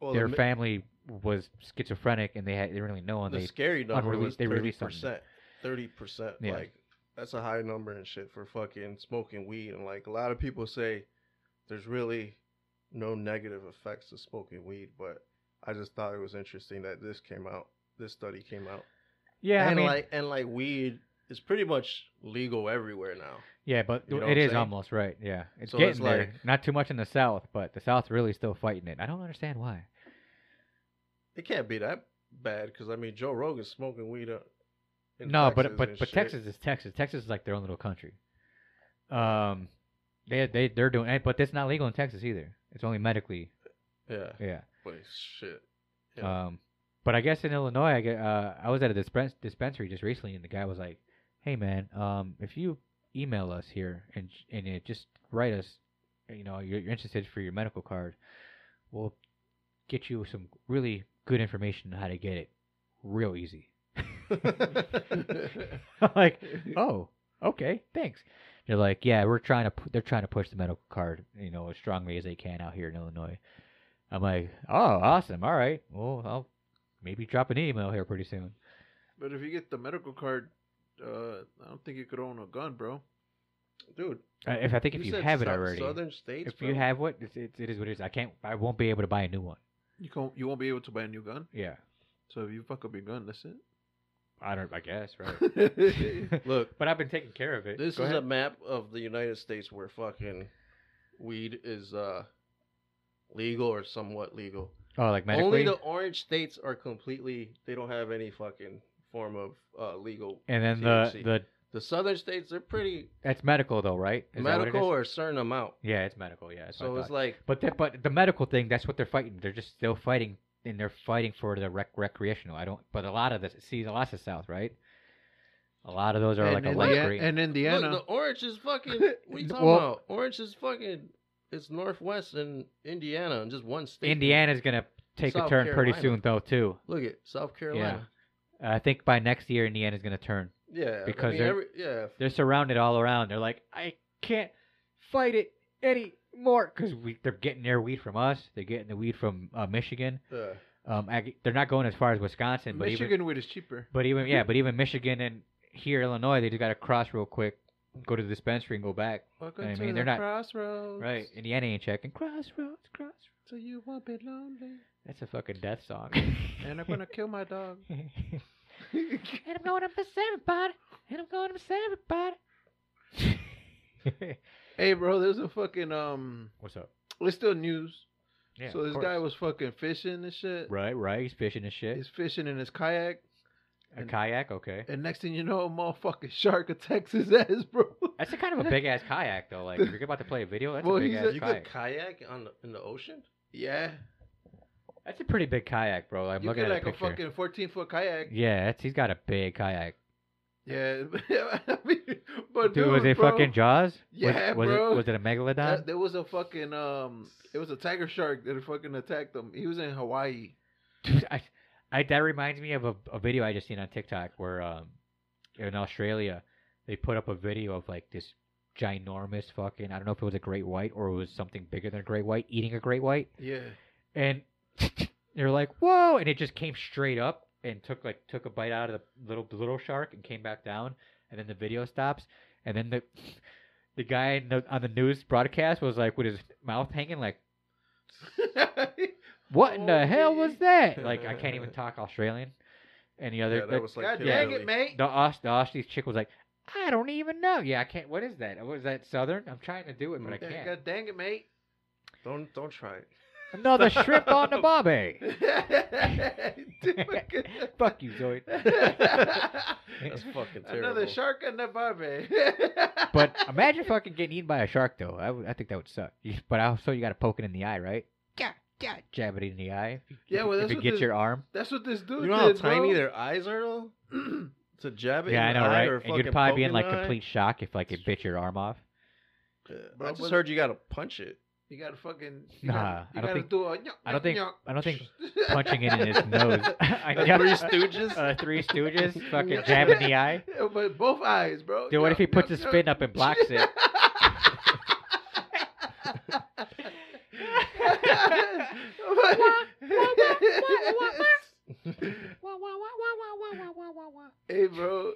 C: Well,
A: their
C: the, mi-
A: family was schizophrenic and they had they didn't really know and
C: the
A: they
C: scary number
A: unreleased-
C: was
A: they
C: thirty
A: released on
C: percent. Thirty percent.
A: Yeah.
C: Like that's a high number and shit for fucking smoking weed. And like a lot of people say, there's really no negative effects of smoking weed. But I just thought it was interesting that this came out. This study came out.
A: yeah,
C: and like and like weed is pretty much legal everywhere now.
A: yeah, but
C: you know what
A: it
C: I'm
A: is
C: saying?
A: almost right. Yeah, it's
C: So
A: getting
C: it's
A: there.
C: like-
A: Not too much in the South, but the South's really still fighting it. I don't understand why.
C: It can't be that bad because I mean Joe Rogan's smoking weed. uh, Up in
A: no,
C: Texas
A: but but
C: and
A: but
C: shit.
A: Texas is Texas. Texas is like their own little country. Um, they they they're doing, eh, but that's not legal in Texas either. It's only medically.
C: Yeah,
A: Yeah.
C: but shit. Yeah.
A: Um, but I guess in Illinois, I get, uh, I was at a dispens- dispensary just recently, and the guy was like, "Hey man, um, if you email us here and and uh, just write us, you know, you're, you're interested for your medical card, we'll get you some really good information on how to get it, real easy." like, oh, okay, thanks. They're like, yeah, we're trying to. Pu- they're trying to push the medical card, you know, as strongly as they can out here in Illinois. I'm like, oh, awesome. All right, well, I'll maybe drop an email here pretty soon.
B: But if you get the medical card, uh, I don't think you could own a gun, bro.
C: Dude,
A: Uh, if I think if you
C: said
A: have it
C: sou-
A: already,
C: Southern states.
A: if you
C: bro.
A: have what, it's, it's, it is what it is. I can't. I won't be able to buy a new one.
B: You can't. You won't be able to buy a new gun.
A: Yeah,
B: So if you fuck up your gun, that's it.
A: I don't. I guess right.
B: right.
C: look,
A: but I've been taking care of it.
C: this
A: Go
C: is a
A: ahead.
C: map of the United States where fucking weed is uh legal or somewhat legal.
A: oh, like medically.
C: Only the orange states are completely. They don't have any fucking form of uh legal.
A: and then the
C: THC.
A: the
C: The southern states, they're pretty
A: That's medical though, right? Is that what it
C: medical
A: is?
C: or a certain amount.
A: Yeah, it's medical. Yeah, that's what I
C: so it's
A: thought.
C: like
A: But the, but the medical thing, that's what they're fighting. They're just still fighting, and they're fighting for the rec- recreational. I don't. But a lot of this, see, a lot of South, right? A lot of those are like
B: And,
A: a
B: Indi-
A: light
B: and,
A: green.
C: look,
B: Indiana.
C: the orange is fucking. What are you talking
B: Well-
C: about? Orange is fucking. It's northwest and Indiana and just one state.
A: Indiana's gonna take a
C: South
A: turn pretty
C: Carolina.
A: soon, though. Too.
C: Look at South Carolina.
A: I think by next year, Indiana's gonna turn.
C: Yeah.
A: Because
C: I mean,
A: they're-
C: every, yeah.
A: They're surrounded all around. They're like, I can't fight it anymore because we they're getting their weed from us. They're getting the weed from uh, Michigan.
C: yeah.
A: Um, ag- they're not going as far as Wisconsin, but
B: Michigan
A: even
B: weed is cheaper.
A: But even yeah, but even Michigan and here Illinois, they just got to cross real quick, go to the dispensary and go back.
B: Welcome
A: I
B: to
A: mean,
B: the
A: they're not-
B: crossroads.
A: Right, Indiana ain't checking. Crossroads, crossroads.
B: So you won't be lonely.
A: That's a fucking death song.
B: And I'm gonna kill my dog.
A: and I'm going up to everybody. And I'm going up to everybody.
B: Hey, bro, there's a fucking um.
A: What's up?
B: It's still news.
A: Yeah,
B: so
A: of
B: this
A: course.
B: guy was fucking fishing and shit.
A: right, right. He's fishing and shit.
B: He's fishing in his kayak,
A: a kayak, okay.
B: and next thing you know, a motherfucking shark attacks his ass, bro.
A: That's a kind of a big ass kayak though. Like if you're about to play a video, that's
B: Well,
A: a big
B: he's
A: ass
B: a-
C: You
A: kayak.
C: could kayak on the, in the ocean.
B: yeah,
A: That's a pretty big kayak, bro. I'm
B: you
A: looking
B: get
A: at
B: like
A: a
B: a
A: picture.
B: fucking 14 foot kayak.
A: Yeah, that's, he's got a big kayak.
B: Yeah, I mean, but
A: Dude, was it
B: bro,
A: fucking Jaws? Was-
B: Yeah,
A: was,
B: bro.
A: It, was it a megalodon?
B: that- there was a fucking um, it was a tiger shark that fucking attacked him. He was in Hawaii.
A: Dude, I, I, that reminds me of a, a video I just seen on TikTok where um, in Australia they put up a video of like this ginormous fucking I don't know if it was a great white or it was something bigger than a great white eating a great white,
B: Yeah,
A: and they're like whoa, and it just came straight up and took like took a bite out of the little the little shark and came back down, and then the video stops, and then the the guy in the, on the news broadcast was like with his mouth hanging like. What in the hell was
B: Holy.
A: that? Like I can't even talk Australian. And the other,
C: yeah,
A: the-
C: that was like
B: God
C: Hillary.
B: dang it, mate.
A: the Aus- the Aussie chick was like, I don't even know. Yeah, I can't. What is that? Was that Southern? I'm trying to do it, but I
B: Yeah,
A: can't.
B: God dang it, mate.
C: Don't don't try it.
A: Another shrimp on the bobby.
B: Dude, fucking-
A: Fuck you, Zoid.
C: That's fucking terrible.
B: Another shark in the barbie.
A: But imagine fucking getting eaten by a shark, though. I, would- I think that would suck. You- But also, you got to poke it in the eye, right? Yeah, yeah. Jab it in the eye.
B: yeah, well,
A: if
B: that's
A: it
B: what
A: gets
B: this,
A: your arm.
B: that's what this dude
C: You know how
B: did,
C: tiny
B: bro.
C: their eyes are though. to jab it.
A: Yeah, I
C: in
A: know,
C: the eye
A: right?
C: Or
A: And you'd
C: fucking
A: probably
C: poke
A: be in
C: the
A: like
C: eye.
A: complete shock if like it bit your arm off.
C: Yeah.
B: Bro,
C: I just
B: when-
C: heard you gotta punch it.
B: You gotta fucking. You
A: Nah, I
B: gotta, you
A: don't
B: gotta
A: think-
B: do a. Nyok,
A: I don't think-
B: nyok,
A: I don't think
B: nyok.
A: punching it in his nose. I
C: The
A: know.
C: Three Stooges?
A: Uh, three Stooges, fucking jab in the eye.
B: Yeah, but both eyes,
C: Oh,
B: bro.
A: Dude, what
B: Nyok,
A: if he puts
B: nyok,
A: his
B: nyok.
A: fin up and blocks it?
B: hey, bro.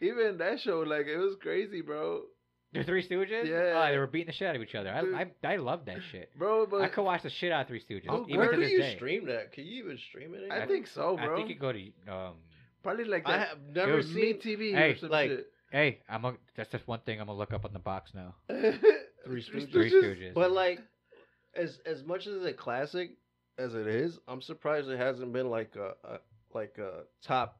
B: Even that show, like, it was crazy, bro.
A: The Three Stooges?
B: Yeah.
A: Oh, they were beating the shit out of each other.
B: Dude.
A: I I, I love that shit.
B: Bro, but
A: I could watch the shit out of Three Stooges.
C: How-
A: even
C: Where
A: to
C: do
A: this
C: Oh, you
A: day.
C: stream that? Can you even stream it?
B: I
C: anywhere?
B: think so,
A: I
B: bro.
A: think you go to um.
B: Probably like
C: I
B: that.
C: have never
A: Dude.
B: Me
C: seen
B: TV
A: Hey,
B: or some
C: like-
B: shit.
A: Hey, I'm a, that's just one thing I'm gonna look up on the box now.
B: Oh,
C: Three Stooges.
A: Three Stooges.
C: But like, as as much as a classic as it is, I'm surprised it hasn't been like a, a like a top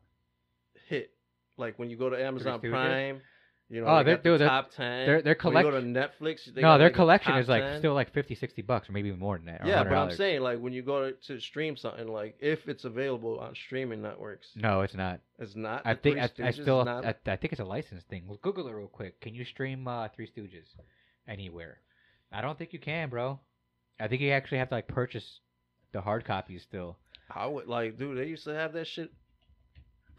C: hit. Like when you go to Amazon
A: Stooges?
C: Prime, you know,
A: Oh, they're-
C: they got the
A: dude, they're-
C: top ten.
A: their their
C: When you go to
A: collection.
C: Netflix. They
A: No,
C: got,
A: their
C: like, a
A: collection
C: top
A: is like
C: 10.
A: still like 50, 60 bucks, or maybe even more than that. or
C: Yeah, but I'm
A: $100.
C: saying like when you go to, to stream something, like if it's available on streaming networks,
A: No, it's not.
C: it's not.
A: I
C: The
A: think
C: Three
A: I, I
C: Stooges is
A: still
C: not-
A: I, I think it's a license thing. Well, Google it real quick. Can you stream uh, Three Stooges anywhere? I don't think you can, bro. I think you actually have to like purchase the hard copies still.
C: I would like, dude. They used to have that shit,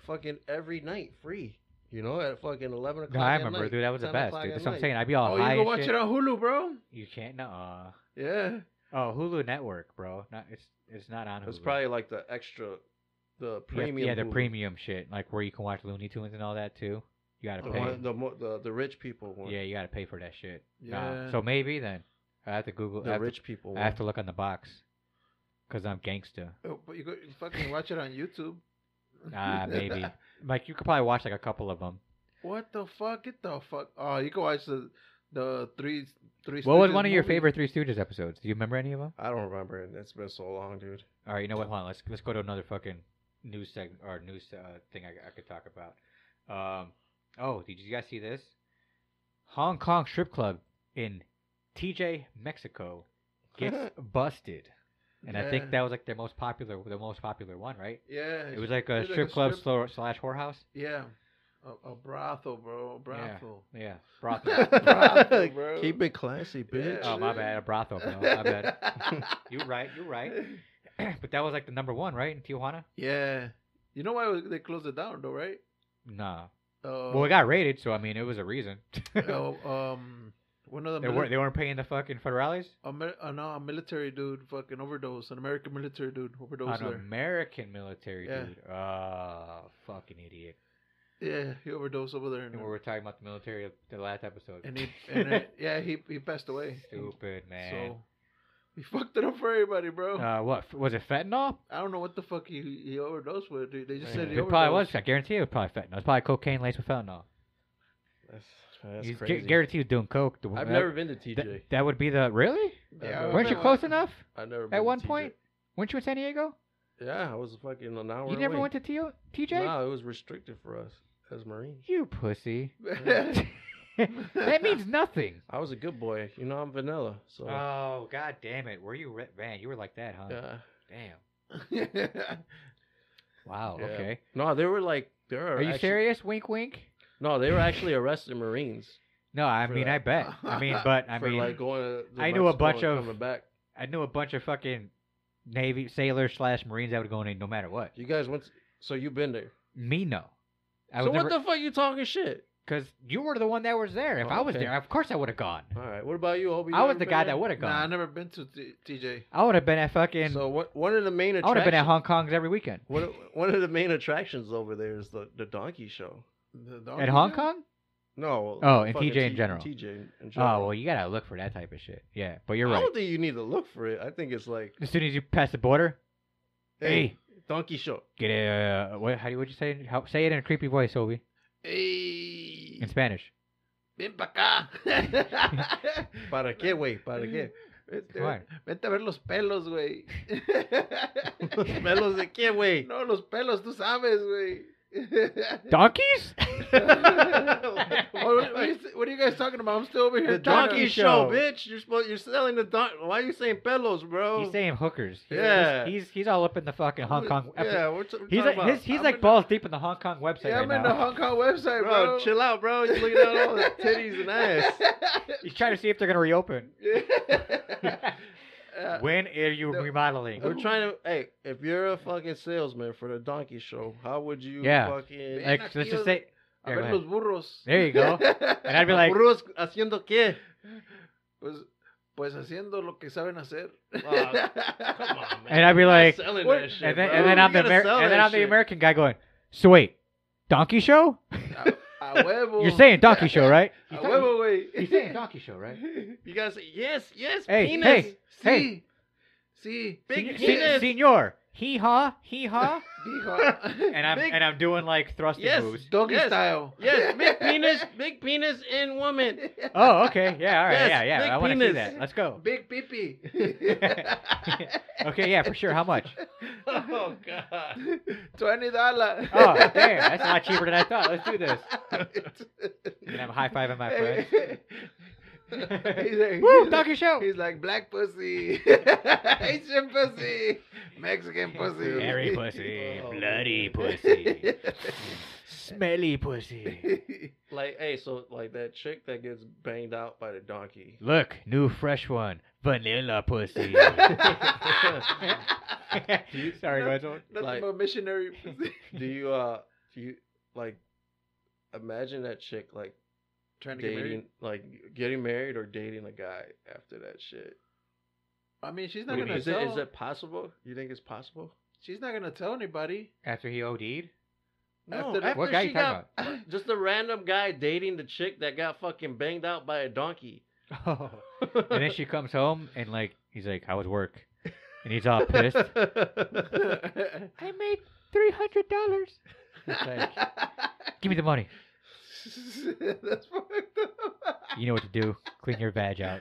C: fucking every night, free. You know, at fucking eleven o'clock.
A: No, I
C: at
A: remember,
C: night,
A: dude. That was the
C: 10
A: best,
C: o'clock
A: dude.
C: at
A: That's what I'm
C: night.
A: saying. I'd be all
B: oh, you
A: high.
B: can
A: and
B: watch
A: shit.
B: it on Hulu, bro.
A: You can't. No.
B: Yeah.
A: Oh, Hulu Network, bro. Not it's it's not on. Hulu.
C: It's probably like the extra, the
A: You have-
C: premium.
A: Yeah, the
C: Hulu.
A: premium shit, like where you can watch Looney Tunes and all that too. You gotta
C: The,
A: pay.
C: one, the, mo- the the rich people one.
A: yeah, you gotta pay for that shit. Nah.
B: Yeah.
A: So maybe then I have to Google. I
C: the
A: have to-
C: rich people.
A: I
C: One.
A: have to look on the box because I'm gangsta.
B: Oh, but you could you fucking watch it on YouTube.
A: Ah, maybe. Like you could probably watch like a couple of them.
B: what the fuck? Get the fuck. Oh, you can watch the the three three.
A: What was
B: Stooges
A: one of your
B: movie.
A: favorite Three Stooges episodes? Do you remember any of them?
C: I don't remember it. It's been so long, dude.
A: All right, you know what? Hold on. Let's let's go to another fucking news segment or news uh, thing I, I could talk about. Um, oh, did you guys see this? Hong Kong strip club in TJ, Mexico gets busted, and I think
B: Yeah.
A: that was like their most popular, the most popular one, right?
B: Yeah,
A: It was like a
B: It's like
A: strip
B: a
A: club
B: strip-
A: slor- slash whorehouse.
B: yeah, a, a brothel, bro, a brothel.
A: Yeah, brothel.
B: Brothel, bro.
C: Keep it classy, bitch.
A: oh my bad, a brothel. No, my bad. You right, you right. but that was like the number one, right, in Tijuana?
B: yeah, you know why they closed it down though, right?
A: Nah.
B: Uh,
A: Well, it got raided, so I mean, it was a reason.
B: uh, um, one of the
A: they
B: mili-
A: weren't they weren't paying the fucking federales.
B: a, mi- uh, no, a military dude fucking overdosed, an American military dude overdosed
A: An
B: there.
A: American military
B: Yeah.
A: dude. Oh, fucking idiot.
B: Yeah, he overdosed over there,
A: And
B: and,
A: we were talking about the military of the last episode.
B: and he, and it, yeah, he he passed away.
A: Stupid man.
B: So oh. he fucked it up for everybody, bro.
A: uh, what f- was it? Fentanyl?
B: I don't know what the fuck he, he overdosed with. Dude. They just said
C: Yeah.
B: he
A: it
B: overdosed.
A: probably was. I guarantee it was probably fentanyl. It's probably cocaine laced with fentanyl.
C: That's, that's
A: He's gu-
C: crazy.
A: guaranteed he was doing coke. The-
D: I've
A: that-
D: never been to TJ.
A: that, that would be the really.
C: Yeah,
B: I've
A: Weren't you
B: been-
A: close enough
D: I've never been
A: at
D: to
A: one
D: TJ.
A: point? Weren't you in San Diego?
C: Yeah, I was fucking an hour.
A: you never
C: away.
A: went to T- TJ?
C: No, it was restricted for us as Marines.
A: You pussy.
B: Yeah.
A: that means nothing.
C: I was a good boy. You know, I'm vanilla. So,
A: Oh god damn it! Were you re- man? You were like that, huh?
C: yeah.
A: Damn. Wow.
C: Yeah.
A: Okay.
C: No, they were like, there are.
A: Are you
C: actu-
A: serious? Wink, wink.
C: No, they were actually arresting Marines.
A: No, I
C: For
A: mean
C: that.
A: I bet. I mean, but I
C: for
A: mean,
C: like going to.
A: I knew a
C: Mexico
A: bunch
C: and
A: of-
C: Coming back.
A: I knew a bunch of fucking Navy sailors slash Marines that would go in no matter what.
C: You guys went. so you've been there.
A: Me no. I
C: so
A: was
C: what the fuck you talking shit?
A: because you were the one that was there. If
C: Oh,
A: I was
C: okay.
A: there, of course I would have gone.
C: All right. What about you, Obi? You
A: I was
C: ever
A: the
C: been
A: guy
C: there?
A: that would have
B: nah, I've
A: gone.
B: never been to T- TJ.
A: I would have been at fucking.
C: So what, one of the main
A: I would
C: attractions.
A: have been at Hong Kong's every weekend.
C: One of, one of the main attractions over there is the, the donkey show.
B: The
C: Oh,
B: dog
A: At
B: is
A: Hong
B: there?
A: Kong?
C: No.
A: Oh, and
C: fucking
A: TJ in
C: T-
A: general.
C: TJ in- in
A: Oh
C: general.
A: well, you gotta look for that type of shit. Yeah, but you're
C: I
A: right.
C: don't think you need to look for it. I think it's like
A: As soon as you pass the border, hey,
C: donkey show.
A: get a uh, what? How do you, what'd you say? How, say it in a creepy voice, Obi,
B: Hey,
A: in Spanish.
B: ven pa' acá.
C: Para qué, güey? Para qué?
B: Vente,
A: Come on.
B: vente a ver los pelos, güey.
C: Melos de qué, güey?
B: No, los pelos, tú sabes, güey.
A: Donkeys?
B: what, what, are you, what are you guys talking about? I'm still over here.
C: The
B: trying
C: donkey
B: to-
C: show, bitch. You're supposed. You're selling the donkey. Why are you saying pelos, bro?
A: He's saying hookers. He's-
C: Oh. Yeah.
A: he's he's, all up in the fucking Hong Kong.
C: Yeah, we're, t- we're
A: He's
C: talking
A: like,
C: about.
A: his, he's
B: I'm
A: like
B: in
A: balls deep in the Hong Kong website
B: Yeah, I'm
A: right
B: in the
A: now.
B: Hong Kong website,
C: bro,
B: bro.
C: chill out, bro. You're looking at all the titties and ass.
A: He's trying to see if they're gonna reopen.
B: Yeah.
A: when are you
B: the-
A: remodeling?
C: We're trying to. Hey, if you're a fucking salesman for the donkey show, how would you
A: Yeah.
C: fucking?
B: Ven
A: Like, let's
B: aquí,
A: just say.
B: A
A: Yeah, go
B: ver los
A: ahead.
B: burros.
A: There you go. And I'd be like,
C: Burros haciendo qué?
B: pues, pues haciendo lo que saben hacer.
C: Wow, Come on, man.
A: and I'd be like,
C: selling
B: what-
C: that shit,
A: and then
C: bro.
A: and then
C: You
A: I'm the
C: gotta
A: Amer-
C: sell
A: and then
C: that
A: I'm the
C: shit.
A: American guy going. So wait, donkey show?
B: A, a huevo.
A: You're saying donkey show, right?
B: A huevo, güey.
A: He's saying donkey show, right?
C: You gotta say yes, yes,
A: Hey,
C: penis.
A: hey, hey,
B: Sí. Sí.
C: Big
A: se-
C: penis.
A: senor, hee haw, hee haw,
B: Dijo.
A: and I'm
C: Big-
A: and I'm doing like thrusting
C: Yes.
A: moves.
B: Doggy
C: Yes.
B: style.
C: Yes, big penis, big penis in woman.
A: Oh, okay, yeah, all right,
C: Yes,
A: yeah, yeah.
C: big
A: I want to see
C: penis.
A: that. Let's go.
B: Big pipi.
A: Okay, yeah, for sure. How much?
C: Oh god.
B: Twenty dollar.
A: Oh, damn, that's a lot cheaper than I thought. Let's do this. And I'm high fiving my friends.
B: He's like,
A: Woo,
B: he's like,
A: donkey show.
B: he's like black pussy, Asian pussy, Mexican pussy,
A: Hairy pussy,
C: Oh.
A: bloody pussy, smelly pussy.
C: Like, hey, so like that chick that gets banged out by the donkey.
A: Look, new fresh one, vanilla pussy. Sorry,
B: No-
A: Wenzel.
B: Nothing
C: Like-
B: but missionary pussy.
C: Do you uh do you like imagine that chick like
B: Trying to get married.
C: dating like getting married or dating a guy after that shit?
B: I mean, she's
C: What
B: not
C: do you
B: gonna
C: mean? Is
B: tell.
C: it, is it possible? You think it's possible?
B: She's not gonna tell anybody.
A: After he OD'd,
C: No,
B: After
C: after,
B: the-
A: What guy
C: she
A: you talking
C: got just a random guy dating the chick that got fucking banged out by a donkey.
A: and then she comes home and like he's like, "How was work?" And he's all pissed. I made three hundred dollars. Give me the money.
B: That's fucked up.
A: You know what to do. Clean your badge out.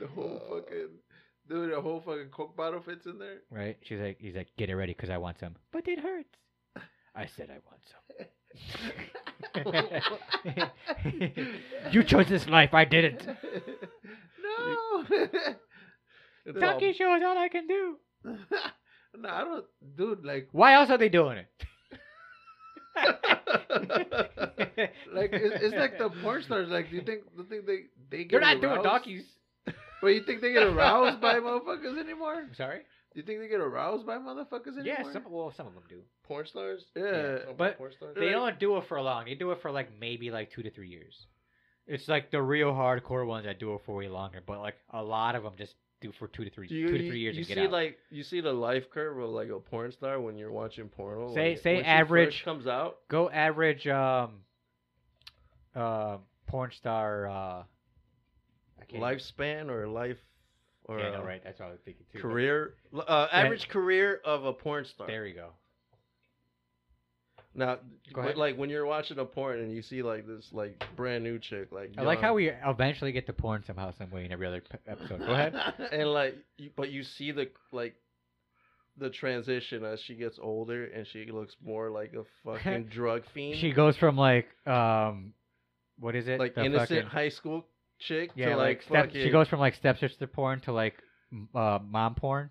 B: the whole
C: Oh.
B: fucking dude, the whole fucking coke bottle fits in there.
A: Right? She's like, he's like, "Get it ready, cause I want some." But it hurts. I said I want some. you chose this life. I didn't.
B: no. It's all-
A: Donkey show is all I can do.
B: no, I don't, dude. Like,
A: Why else are they doing it?
B: like it's, it's like the porn stars. Like, do you think, do you think they they
A: You're not
B: get
A: doing
B: aroused?
A: donkeys.
B: But you think they get aroused by motherfuckers anymore?
A: I'm sorry.
B: Do you think they get aroused by motherfuckers anymore?
A: Yeah, some well, some of them do.
F: Porn stars?
B: Yeah.
F: Talking about
A: But
F: porn stars?
A: They don't do it for long. They do it for like maybe like two to three years. It's like the real hardcore ones that do it for way longer, but like a lot of them just do for two to three,
C: Do you,
A: two to three years
C: you
A: and get
C: see
A: out.
C: like you see the life curve of like a porn star when you're watching porno.
A: Say-
C: like,
A: say
C: when she
A: average-
C: first comes out.
A: Go average um uh, porn star. Uh, I can't-
C: lifespan or life or
A: Yeah, no,
C: uh,
A: right. That's what I was thinking too. but-
C: career uh, average career of a porn star.
A: There you go.
C: Now,
A: Go
C: but,
A: ahead.
C: like when you're watching a porn and you see like this like brand new chick like
A: I like
C: young,
A: how we eventually get to porn somehow, some way in every other p- episode. Go ahead.
C: and like you, but you see the like the transition as she gets older and she looks more like a fucking drug fiend.
A: She goes from like um, what is it?
C: like
A: The
C: innocent
A: fucking-
C: high school chick
A: Yeah,
C: to
A: like,
C: like,
A: step,
C: fucking
A: she goes from like stepsister porn to like m- uh, mom porn,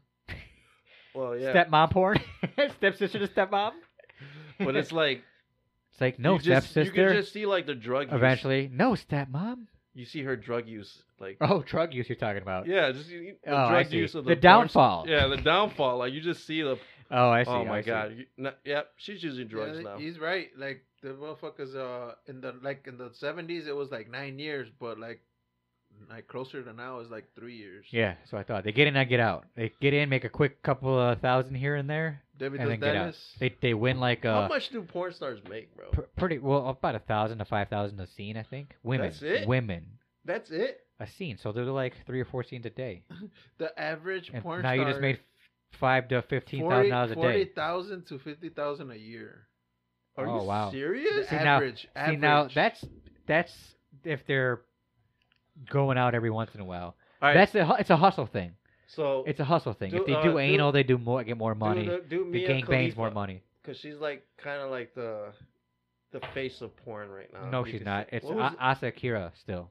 C: well yeah
A: stepmom porn, stepsister to stepmom.
C: but it's like
A: it's like no
C: you just, you
A: stepsister.
C: can just see like the drug use.
A: Eventually, no stepmom.
C: you see her drug use like
A: Oh, drug use you're talking about.
C: yeah just you- the
A: oh, I
C: drug
A: see.
C: use of
A: the
C: porn-
A: downfall.
C: yeah the downfall like you just see the
A: Oh, I see.
C: oh my
A: I see.
C: god you, no, yep she's using
B: Yeah,
C: drugs now
B: He's right. Like the motherfuckers uh in the like in the seventies it was like nine years, but like like closer to now is like three years.
A: Yeah, so I thought they get in, I get out. They get in, make a quick couple of thousand here and there.
B: David
A: And
B: does
A: then get out.
B: Dennis.
A: They they win like
C: how
A: a
C: much do porn stars make bro
A: pr- pretty well about a thousand to five thousand a scene, I think. Women,
C: That's it?
A: women,
C: that's it
A: a scene. So they're like three or four scenes a day.
B: The average
A: And
B: porn
A: now
B: star
A: you just made f- five to fifteen thousand dollars a
B: forty
A: day.
B: thousand to fifty thousand a year.
C: are
A: Oh,
C: you
A: wow.
C: serious
A: See,
B: The
A: now-
B: average,
A: See
B: average.
A: now that's that's if they're going out every once in a while.
C: all right
A: That's a hu- it's a hustle thing.
C: so
A: It's a hustle thing.
C: Do-
A: if they
C: uh,
A: do
C: do-
A: anal, they do more, get more money.
C: do, do
A: the
C: Mia
A: gang bangs
C: Khalifa.
A: more money.
C: Cause she's like kind of like the the face of porn right now.
A: no,
C: You
A: she's
C: can
A: not.
C: see-
A: It's
C: Oh, what was
A: A- Asa Akira still.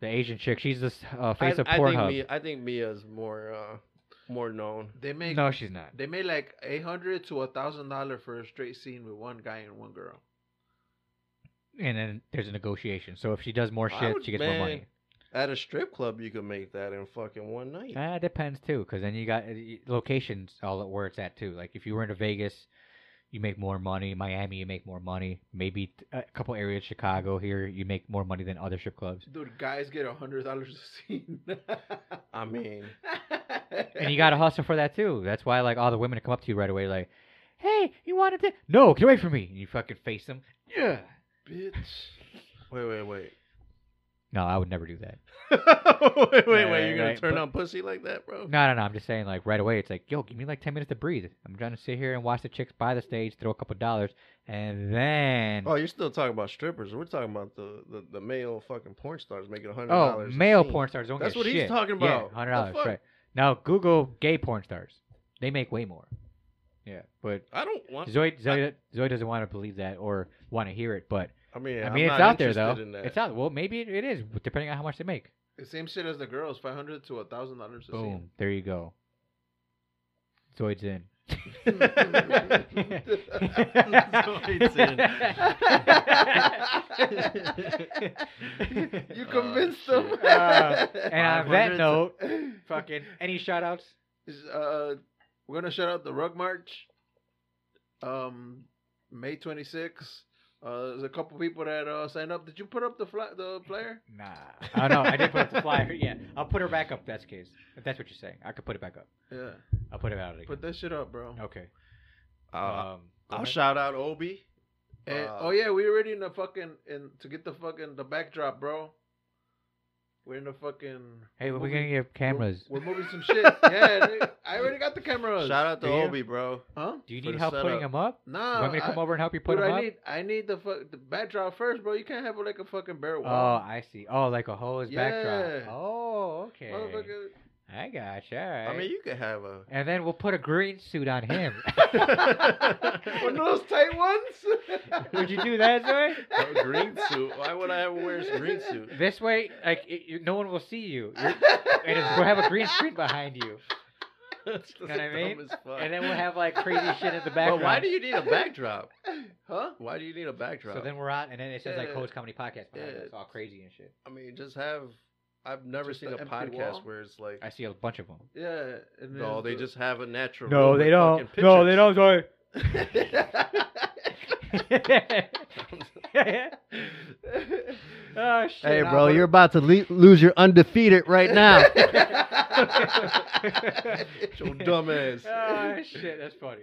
A: The Asian chick. She's the uh, face
C: I,
A: of
C: I think
A: Pornhub.
C: Mia, I think Mia's more uh more known.
B: they make
A: No, she's not.
B: they made like eight hundred to a thousand dollar for a straight scene with one guy and one girl.
A: And then there's a negotiation. So if she does more
C: I
A: shit,
C: would-
A: she gets
C: man,
A: more money.
C: At a strip club, you could make that in fucking one night.
A: Ah, it depends too, because then you got uh, y- locations all at where it's at too. Like if you were into Vegas, you make more money. Miami, you make more money. Maybe t- uh, a couple areas, Chicago here, you make more money than other strip clubs.
B: Dude, guys get a hundred dollars a scene.
C: I mean,
A: And you got to hustle for that too. That's why like all the women come up to you right away, like, "Hey, you wanted to? No, get away from me!" And you fucking face them. Yeah.
B: bitch.
C: wait, wait, wait,
A: No, I would never do that.
C: wait, wait,
A: Right,
C: wait. You're gonna
A: right,
C: turn
A: but-
C: on pussy like that, bro?
A: No, no, no. I'm just saying, like right away, it's like, yo, give me like ten minutes to breathe. I'm trying to sit here and watch the chicks by the stage, throw a couple dollars, and then
C: Oh, you're still talking about strippers. We're talking about the the, the male fucking porn stars making a hundred
A: Oh,
C: dollars. a
A: male
C: scene.
A: porn stars don't
C: That's
A: get
C: what he's
A: shit.
C: talking about.
A: Yeah, hundred
C: The
A: dollars,
C: fuck?
A: right? Now Google gay porn stars. They make way more. Yeah, but
C: I don't want.
A: Zoe Zoe, Zoe doesn't want to believe that or want to hear it. But
C: I mean,
A: I
C: I'm
A: mean,
C: not
A: it's out there though.
C: interested In that.
A: It's out. Well, maybe it, it is depending on how much they make.
B: The same shit as the girls, five hundred to a thousand dollars a
A: Boom.
B: scene.
A: There you go. Zoid's in.
C: Zoid's
A: in.
B: you
C: Oh,
B: convinced them.
C: shit.
A: Uh, and on that
C: 500
A: note, fucking any shout outs?
B: uh, we're gonna shout out the Rug March. Um, May 26th. Uh, there's a couple people that uh signed up. Did you put up the fly- the flyer?
A: Nah. Oh no, I did put up the flyer. Yeah. I'll put her back up if that's the case. If that's what you're saying. I could put it back up.
B: Yeah,
A: I'll put it out again.
B: put that shit up, bro.
C: Oh,
A: Okay.
C: Uh,
A: um, go
C: I'll
A: ahead.
C: shout out Obi.
B: And,
C: Uh,
B: oh yeah, we already in the fucking in to get the fucking the backdrop, bro. We're in the fucking.
A: hey, we're
B: moving-
A: gonna get cameras.
B: We're, we're moving some shit. yeah, dude, I already got the cameras.
C: Shout out to
A: Do you?
C: Obi, bro.
B: Huh?
A: Do you
C: for
A: need
C: the
A: help putting
C: setup.
A: them up?
B: Nah.
A: you want me to come
B: Uh, I,
A: over and help you put
B: dude,
A: them
B: I
A: up?
B: need I need the fuck the backdrop first, bro. You can't have like a fucking bare
A: Oh,
B: wall.
A: I see. Oh, like a hose backdrop.
B: Yeah.
A: Oh, okay.
B: Motherfucker,
A: I gotcha. All right.
C: I mean, you could have a.
A: and then we'll put a green suit on him.
B: One of those tight ones.
A: Would you do that, Zoe?
D: A green suit. Why would I ever wear a green suit?
A: This way, like it, you, no one will see you, You're, and it's, we'll have a green screen behind you,
D: That's
A: You know what I mean?
D: dumb as fuck.
A: and then we'll have like crazy shit in the
D: But
A: background.
D: why do you need a backdrop?
B: Huh?
D: Why do you need a backdrop?
A: So then we're on, and then it says like
D: Yeah.
A: Coach Comedy Podcast behind
D: Yeah.
A: us, all crazy and shit.
C: I mean, just have. I've never
D: Just
C: seen
D: a
C: a
D: empty
C: podcast
D: wall?
C: where it's like.
A: I see a bunch of them.
B: Yeah. And
C: No,
B: then
C: they
B: the-
C: just have a natural.
A: No,
C: room
A: they
C: with
A: don't.
C: fucking
A: No, they don't. Zoe. oh shit!
C: Hey,
A: I
C: bro,
A: wanna-
C: you're about to le- lose your undefeated right now.
D: Get your dumb ass.
A: Oh shit, that's funny.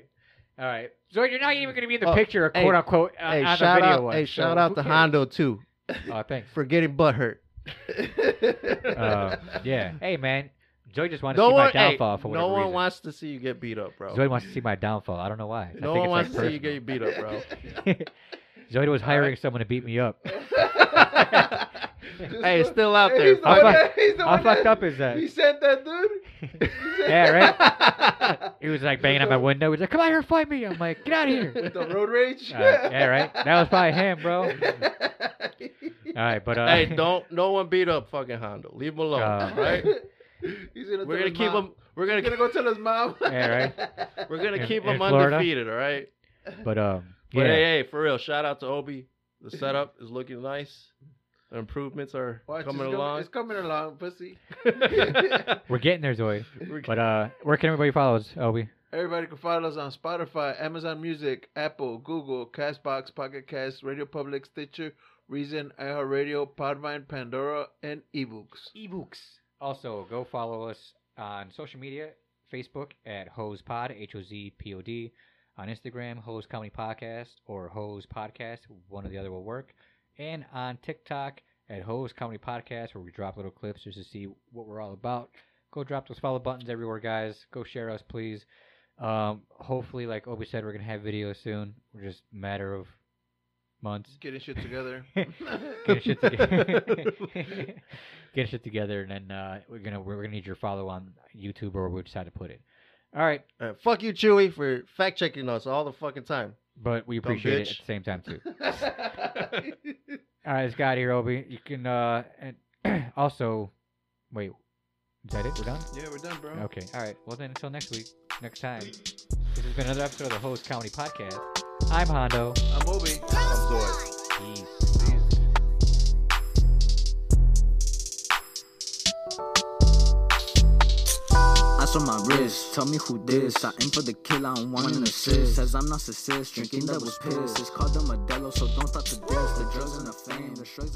A: All right, Zoid, you're not even going to be in the
C: Oh,
A: picture,
C: hey,
A: quote unquote, on, on
C: hey,
A: the
C: shout
A: video
C: out,
A: one.
C: hey,
A: so
C: shout out
A: who
C: to
A: cares?
C: Hondo too
A: Oh, thanks.
C: for getting butt hurt.
A: Uh, yeah. Hey, man, Zoid just wanted to
C: no
A: see
C: one,
A: my downfall for
C: hey,
A: whatever
C: no one
A: reason.
C: wants to see you get beat up, bro.
A: Zoid wants to see my downfall. I don't know why.
C: no
A: I think
C: one wants
A: it's,
C: to
A: like,
C: see you get beat up, bro.
A: personal. Zoid was hiring someone to beat me up.
B: Just
C: hey, it's
B: look.
C: still out
B: Hey,
C: there.
B: He's the
A: I
B: one
A: fuck-
B: that, he's the
A: How
B: one
A: fucked
B: that-
A: up is that?
B: He sent that dude.
A: Yeah, right?
B: right.
A: He was like banging on my window. He's like, "Come out here, and fight me!" I'm like, "Get out of here!"
B: With the road rage.
A: Uh, yeah, right. That was probably him, bro. All right, but uh,
C: hey, don't no one beat up fucking Hondo. Leave him alone,
A: Uh,
C: right?
B: He's gonna.
C: We're
B: tell
C: gonna
B: his
C: keep
B: mom.
C: him. We're
B: He's
C: gonna
B: gonna go tell his mom.
A: Yeah, right.
C: we're gonna
A: In-
C: keep
A: in
C: him
A: Florida?
C: undefeated, all right?
A: But um, yeah.
C: But hey, hey, for real, shout out to Obi. The setup is looking nice. The improvements are
B: Watch, it's
C: coming along.
B: It's coming along, pussy.
A: We're getting there, Zoid.
C: We're-
A: But uh, where can everybody follow us, Obi?
B: Everybody can follow us on Spotify, Amazon Music, Apple, Google, Castbox, Pocket Cast, Radio Public, Stitcher, Reason, iHeartRadio, Podvine, Pandora, and eBooks.
A: Ebooks. Also, go follow us on social media: Facebook at Hose Pod, H O Z P O D, on Instagram Hose Comedy Podcast or Hose Podcast. One or the other will work. And on TikTok at Hose Comedy Podcast, where we drop little clips just to see what we're all about. Go drop those follow buttons everywhere, guys. Go share us, please. Um, hopefully, like Obi said, we're gonna have videos soon. We're just matter of months.
B: Getting shit together.
A: get shit together. get shit together, and then uh, we're gonna we're gonna need your follow on YouTube or we decide to put it. All right,
C: Uh, fuck you, Chewy, for fact checking us all the fucking time.
A: but we
C: Dumb
A: appreciate it
C: bitch.
A: at the same time too. All right, it's got here, Obi. You can uh, and also wait. Is that it? We're done.
B: yeah, we're done, bro.
A: Okay. All right. Well then, until next week, next time. This has been another episode of the Host Comedy Podcast. I'm Hondo.
B: I'm Obi.
C: I'm Zoid.
A: Peace.
E: Eyes on my wrist, tell me who this. I aim for the kill, I don't want an assist. Says I'm narcissist, drinking that was piss. It's called the Modelo, so don't stop to diss. The drugs and the fame, the shrugs and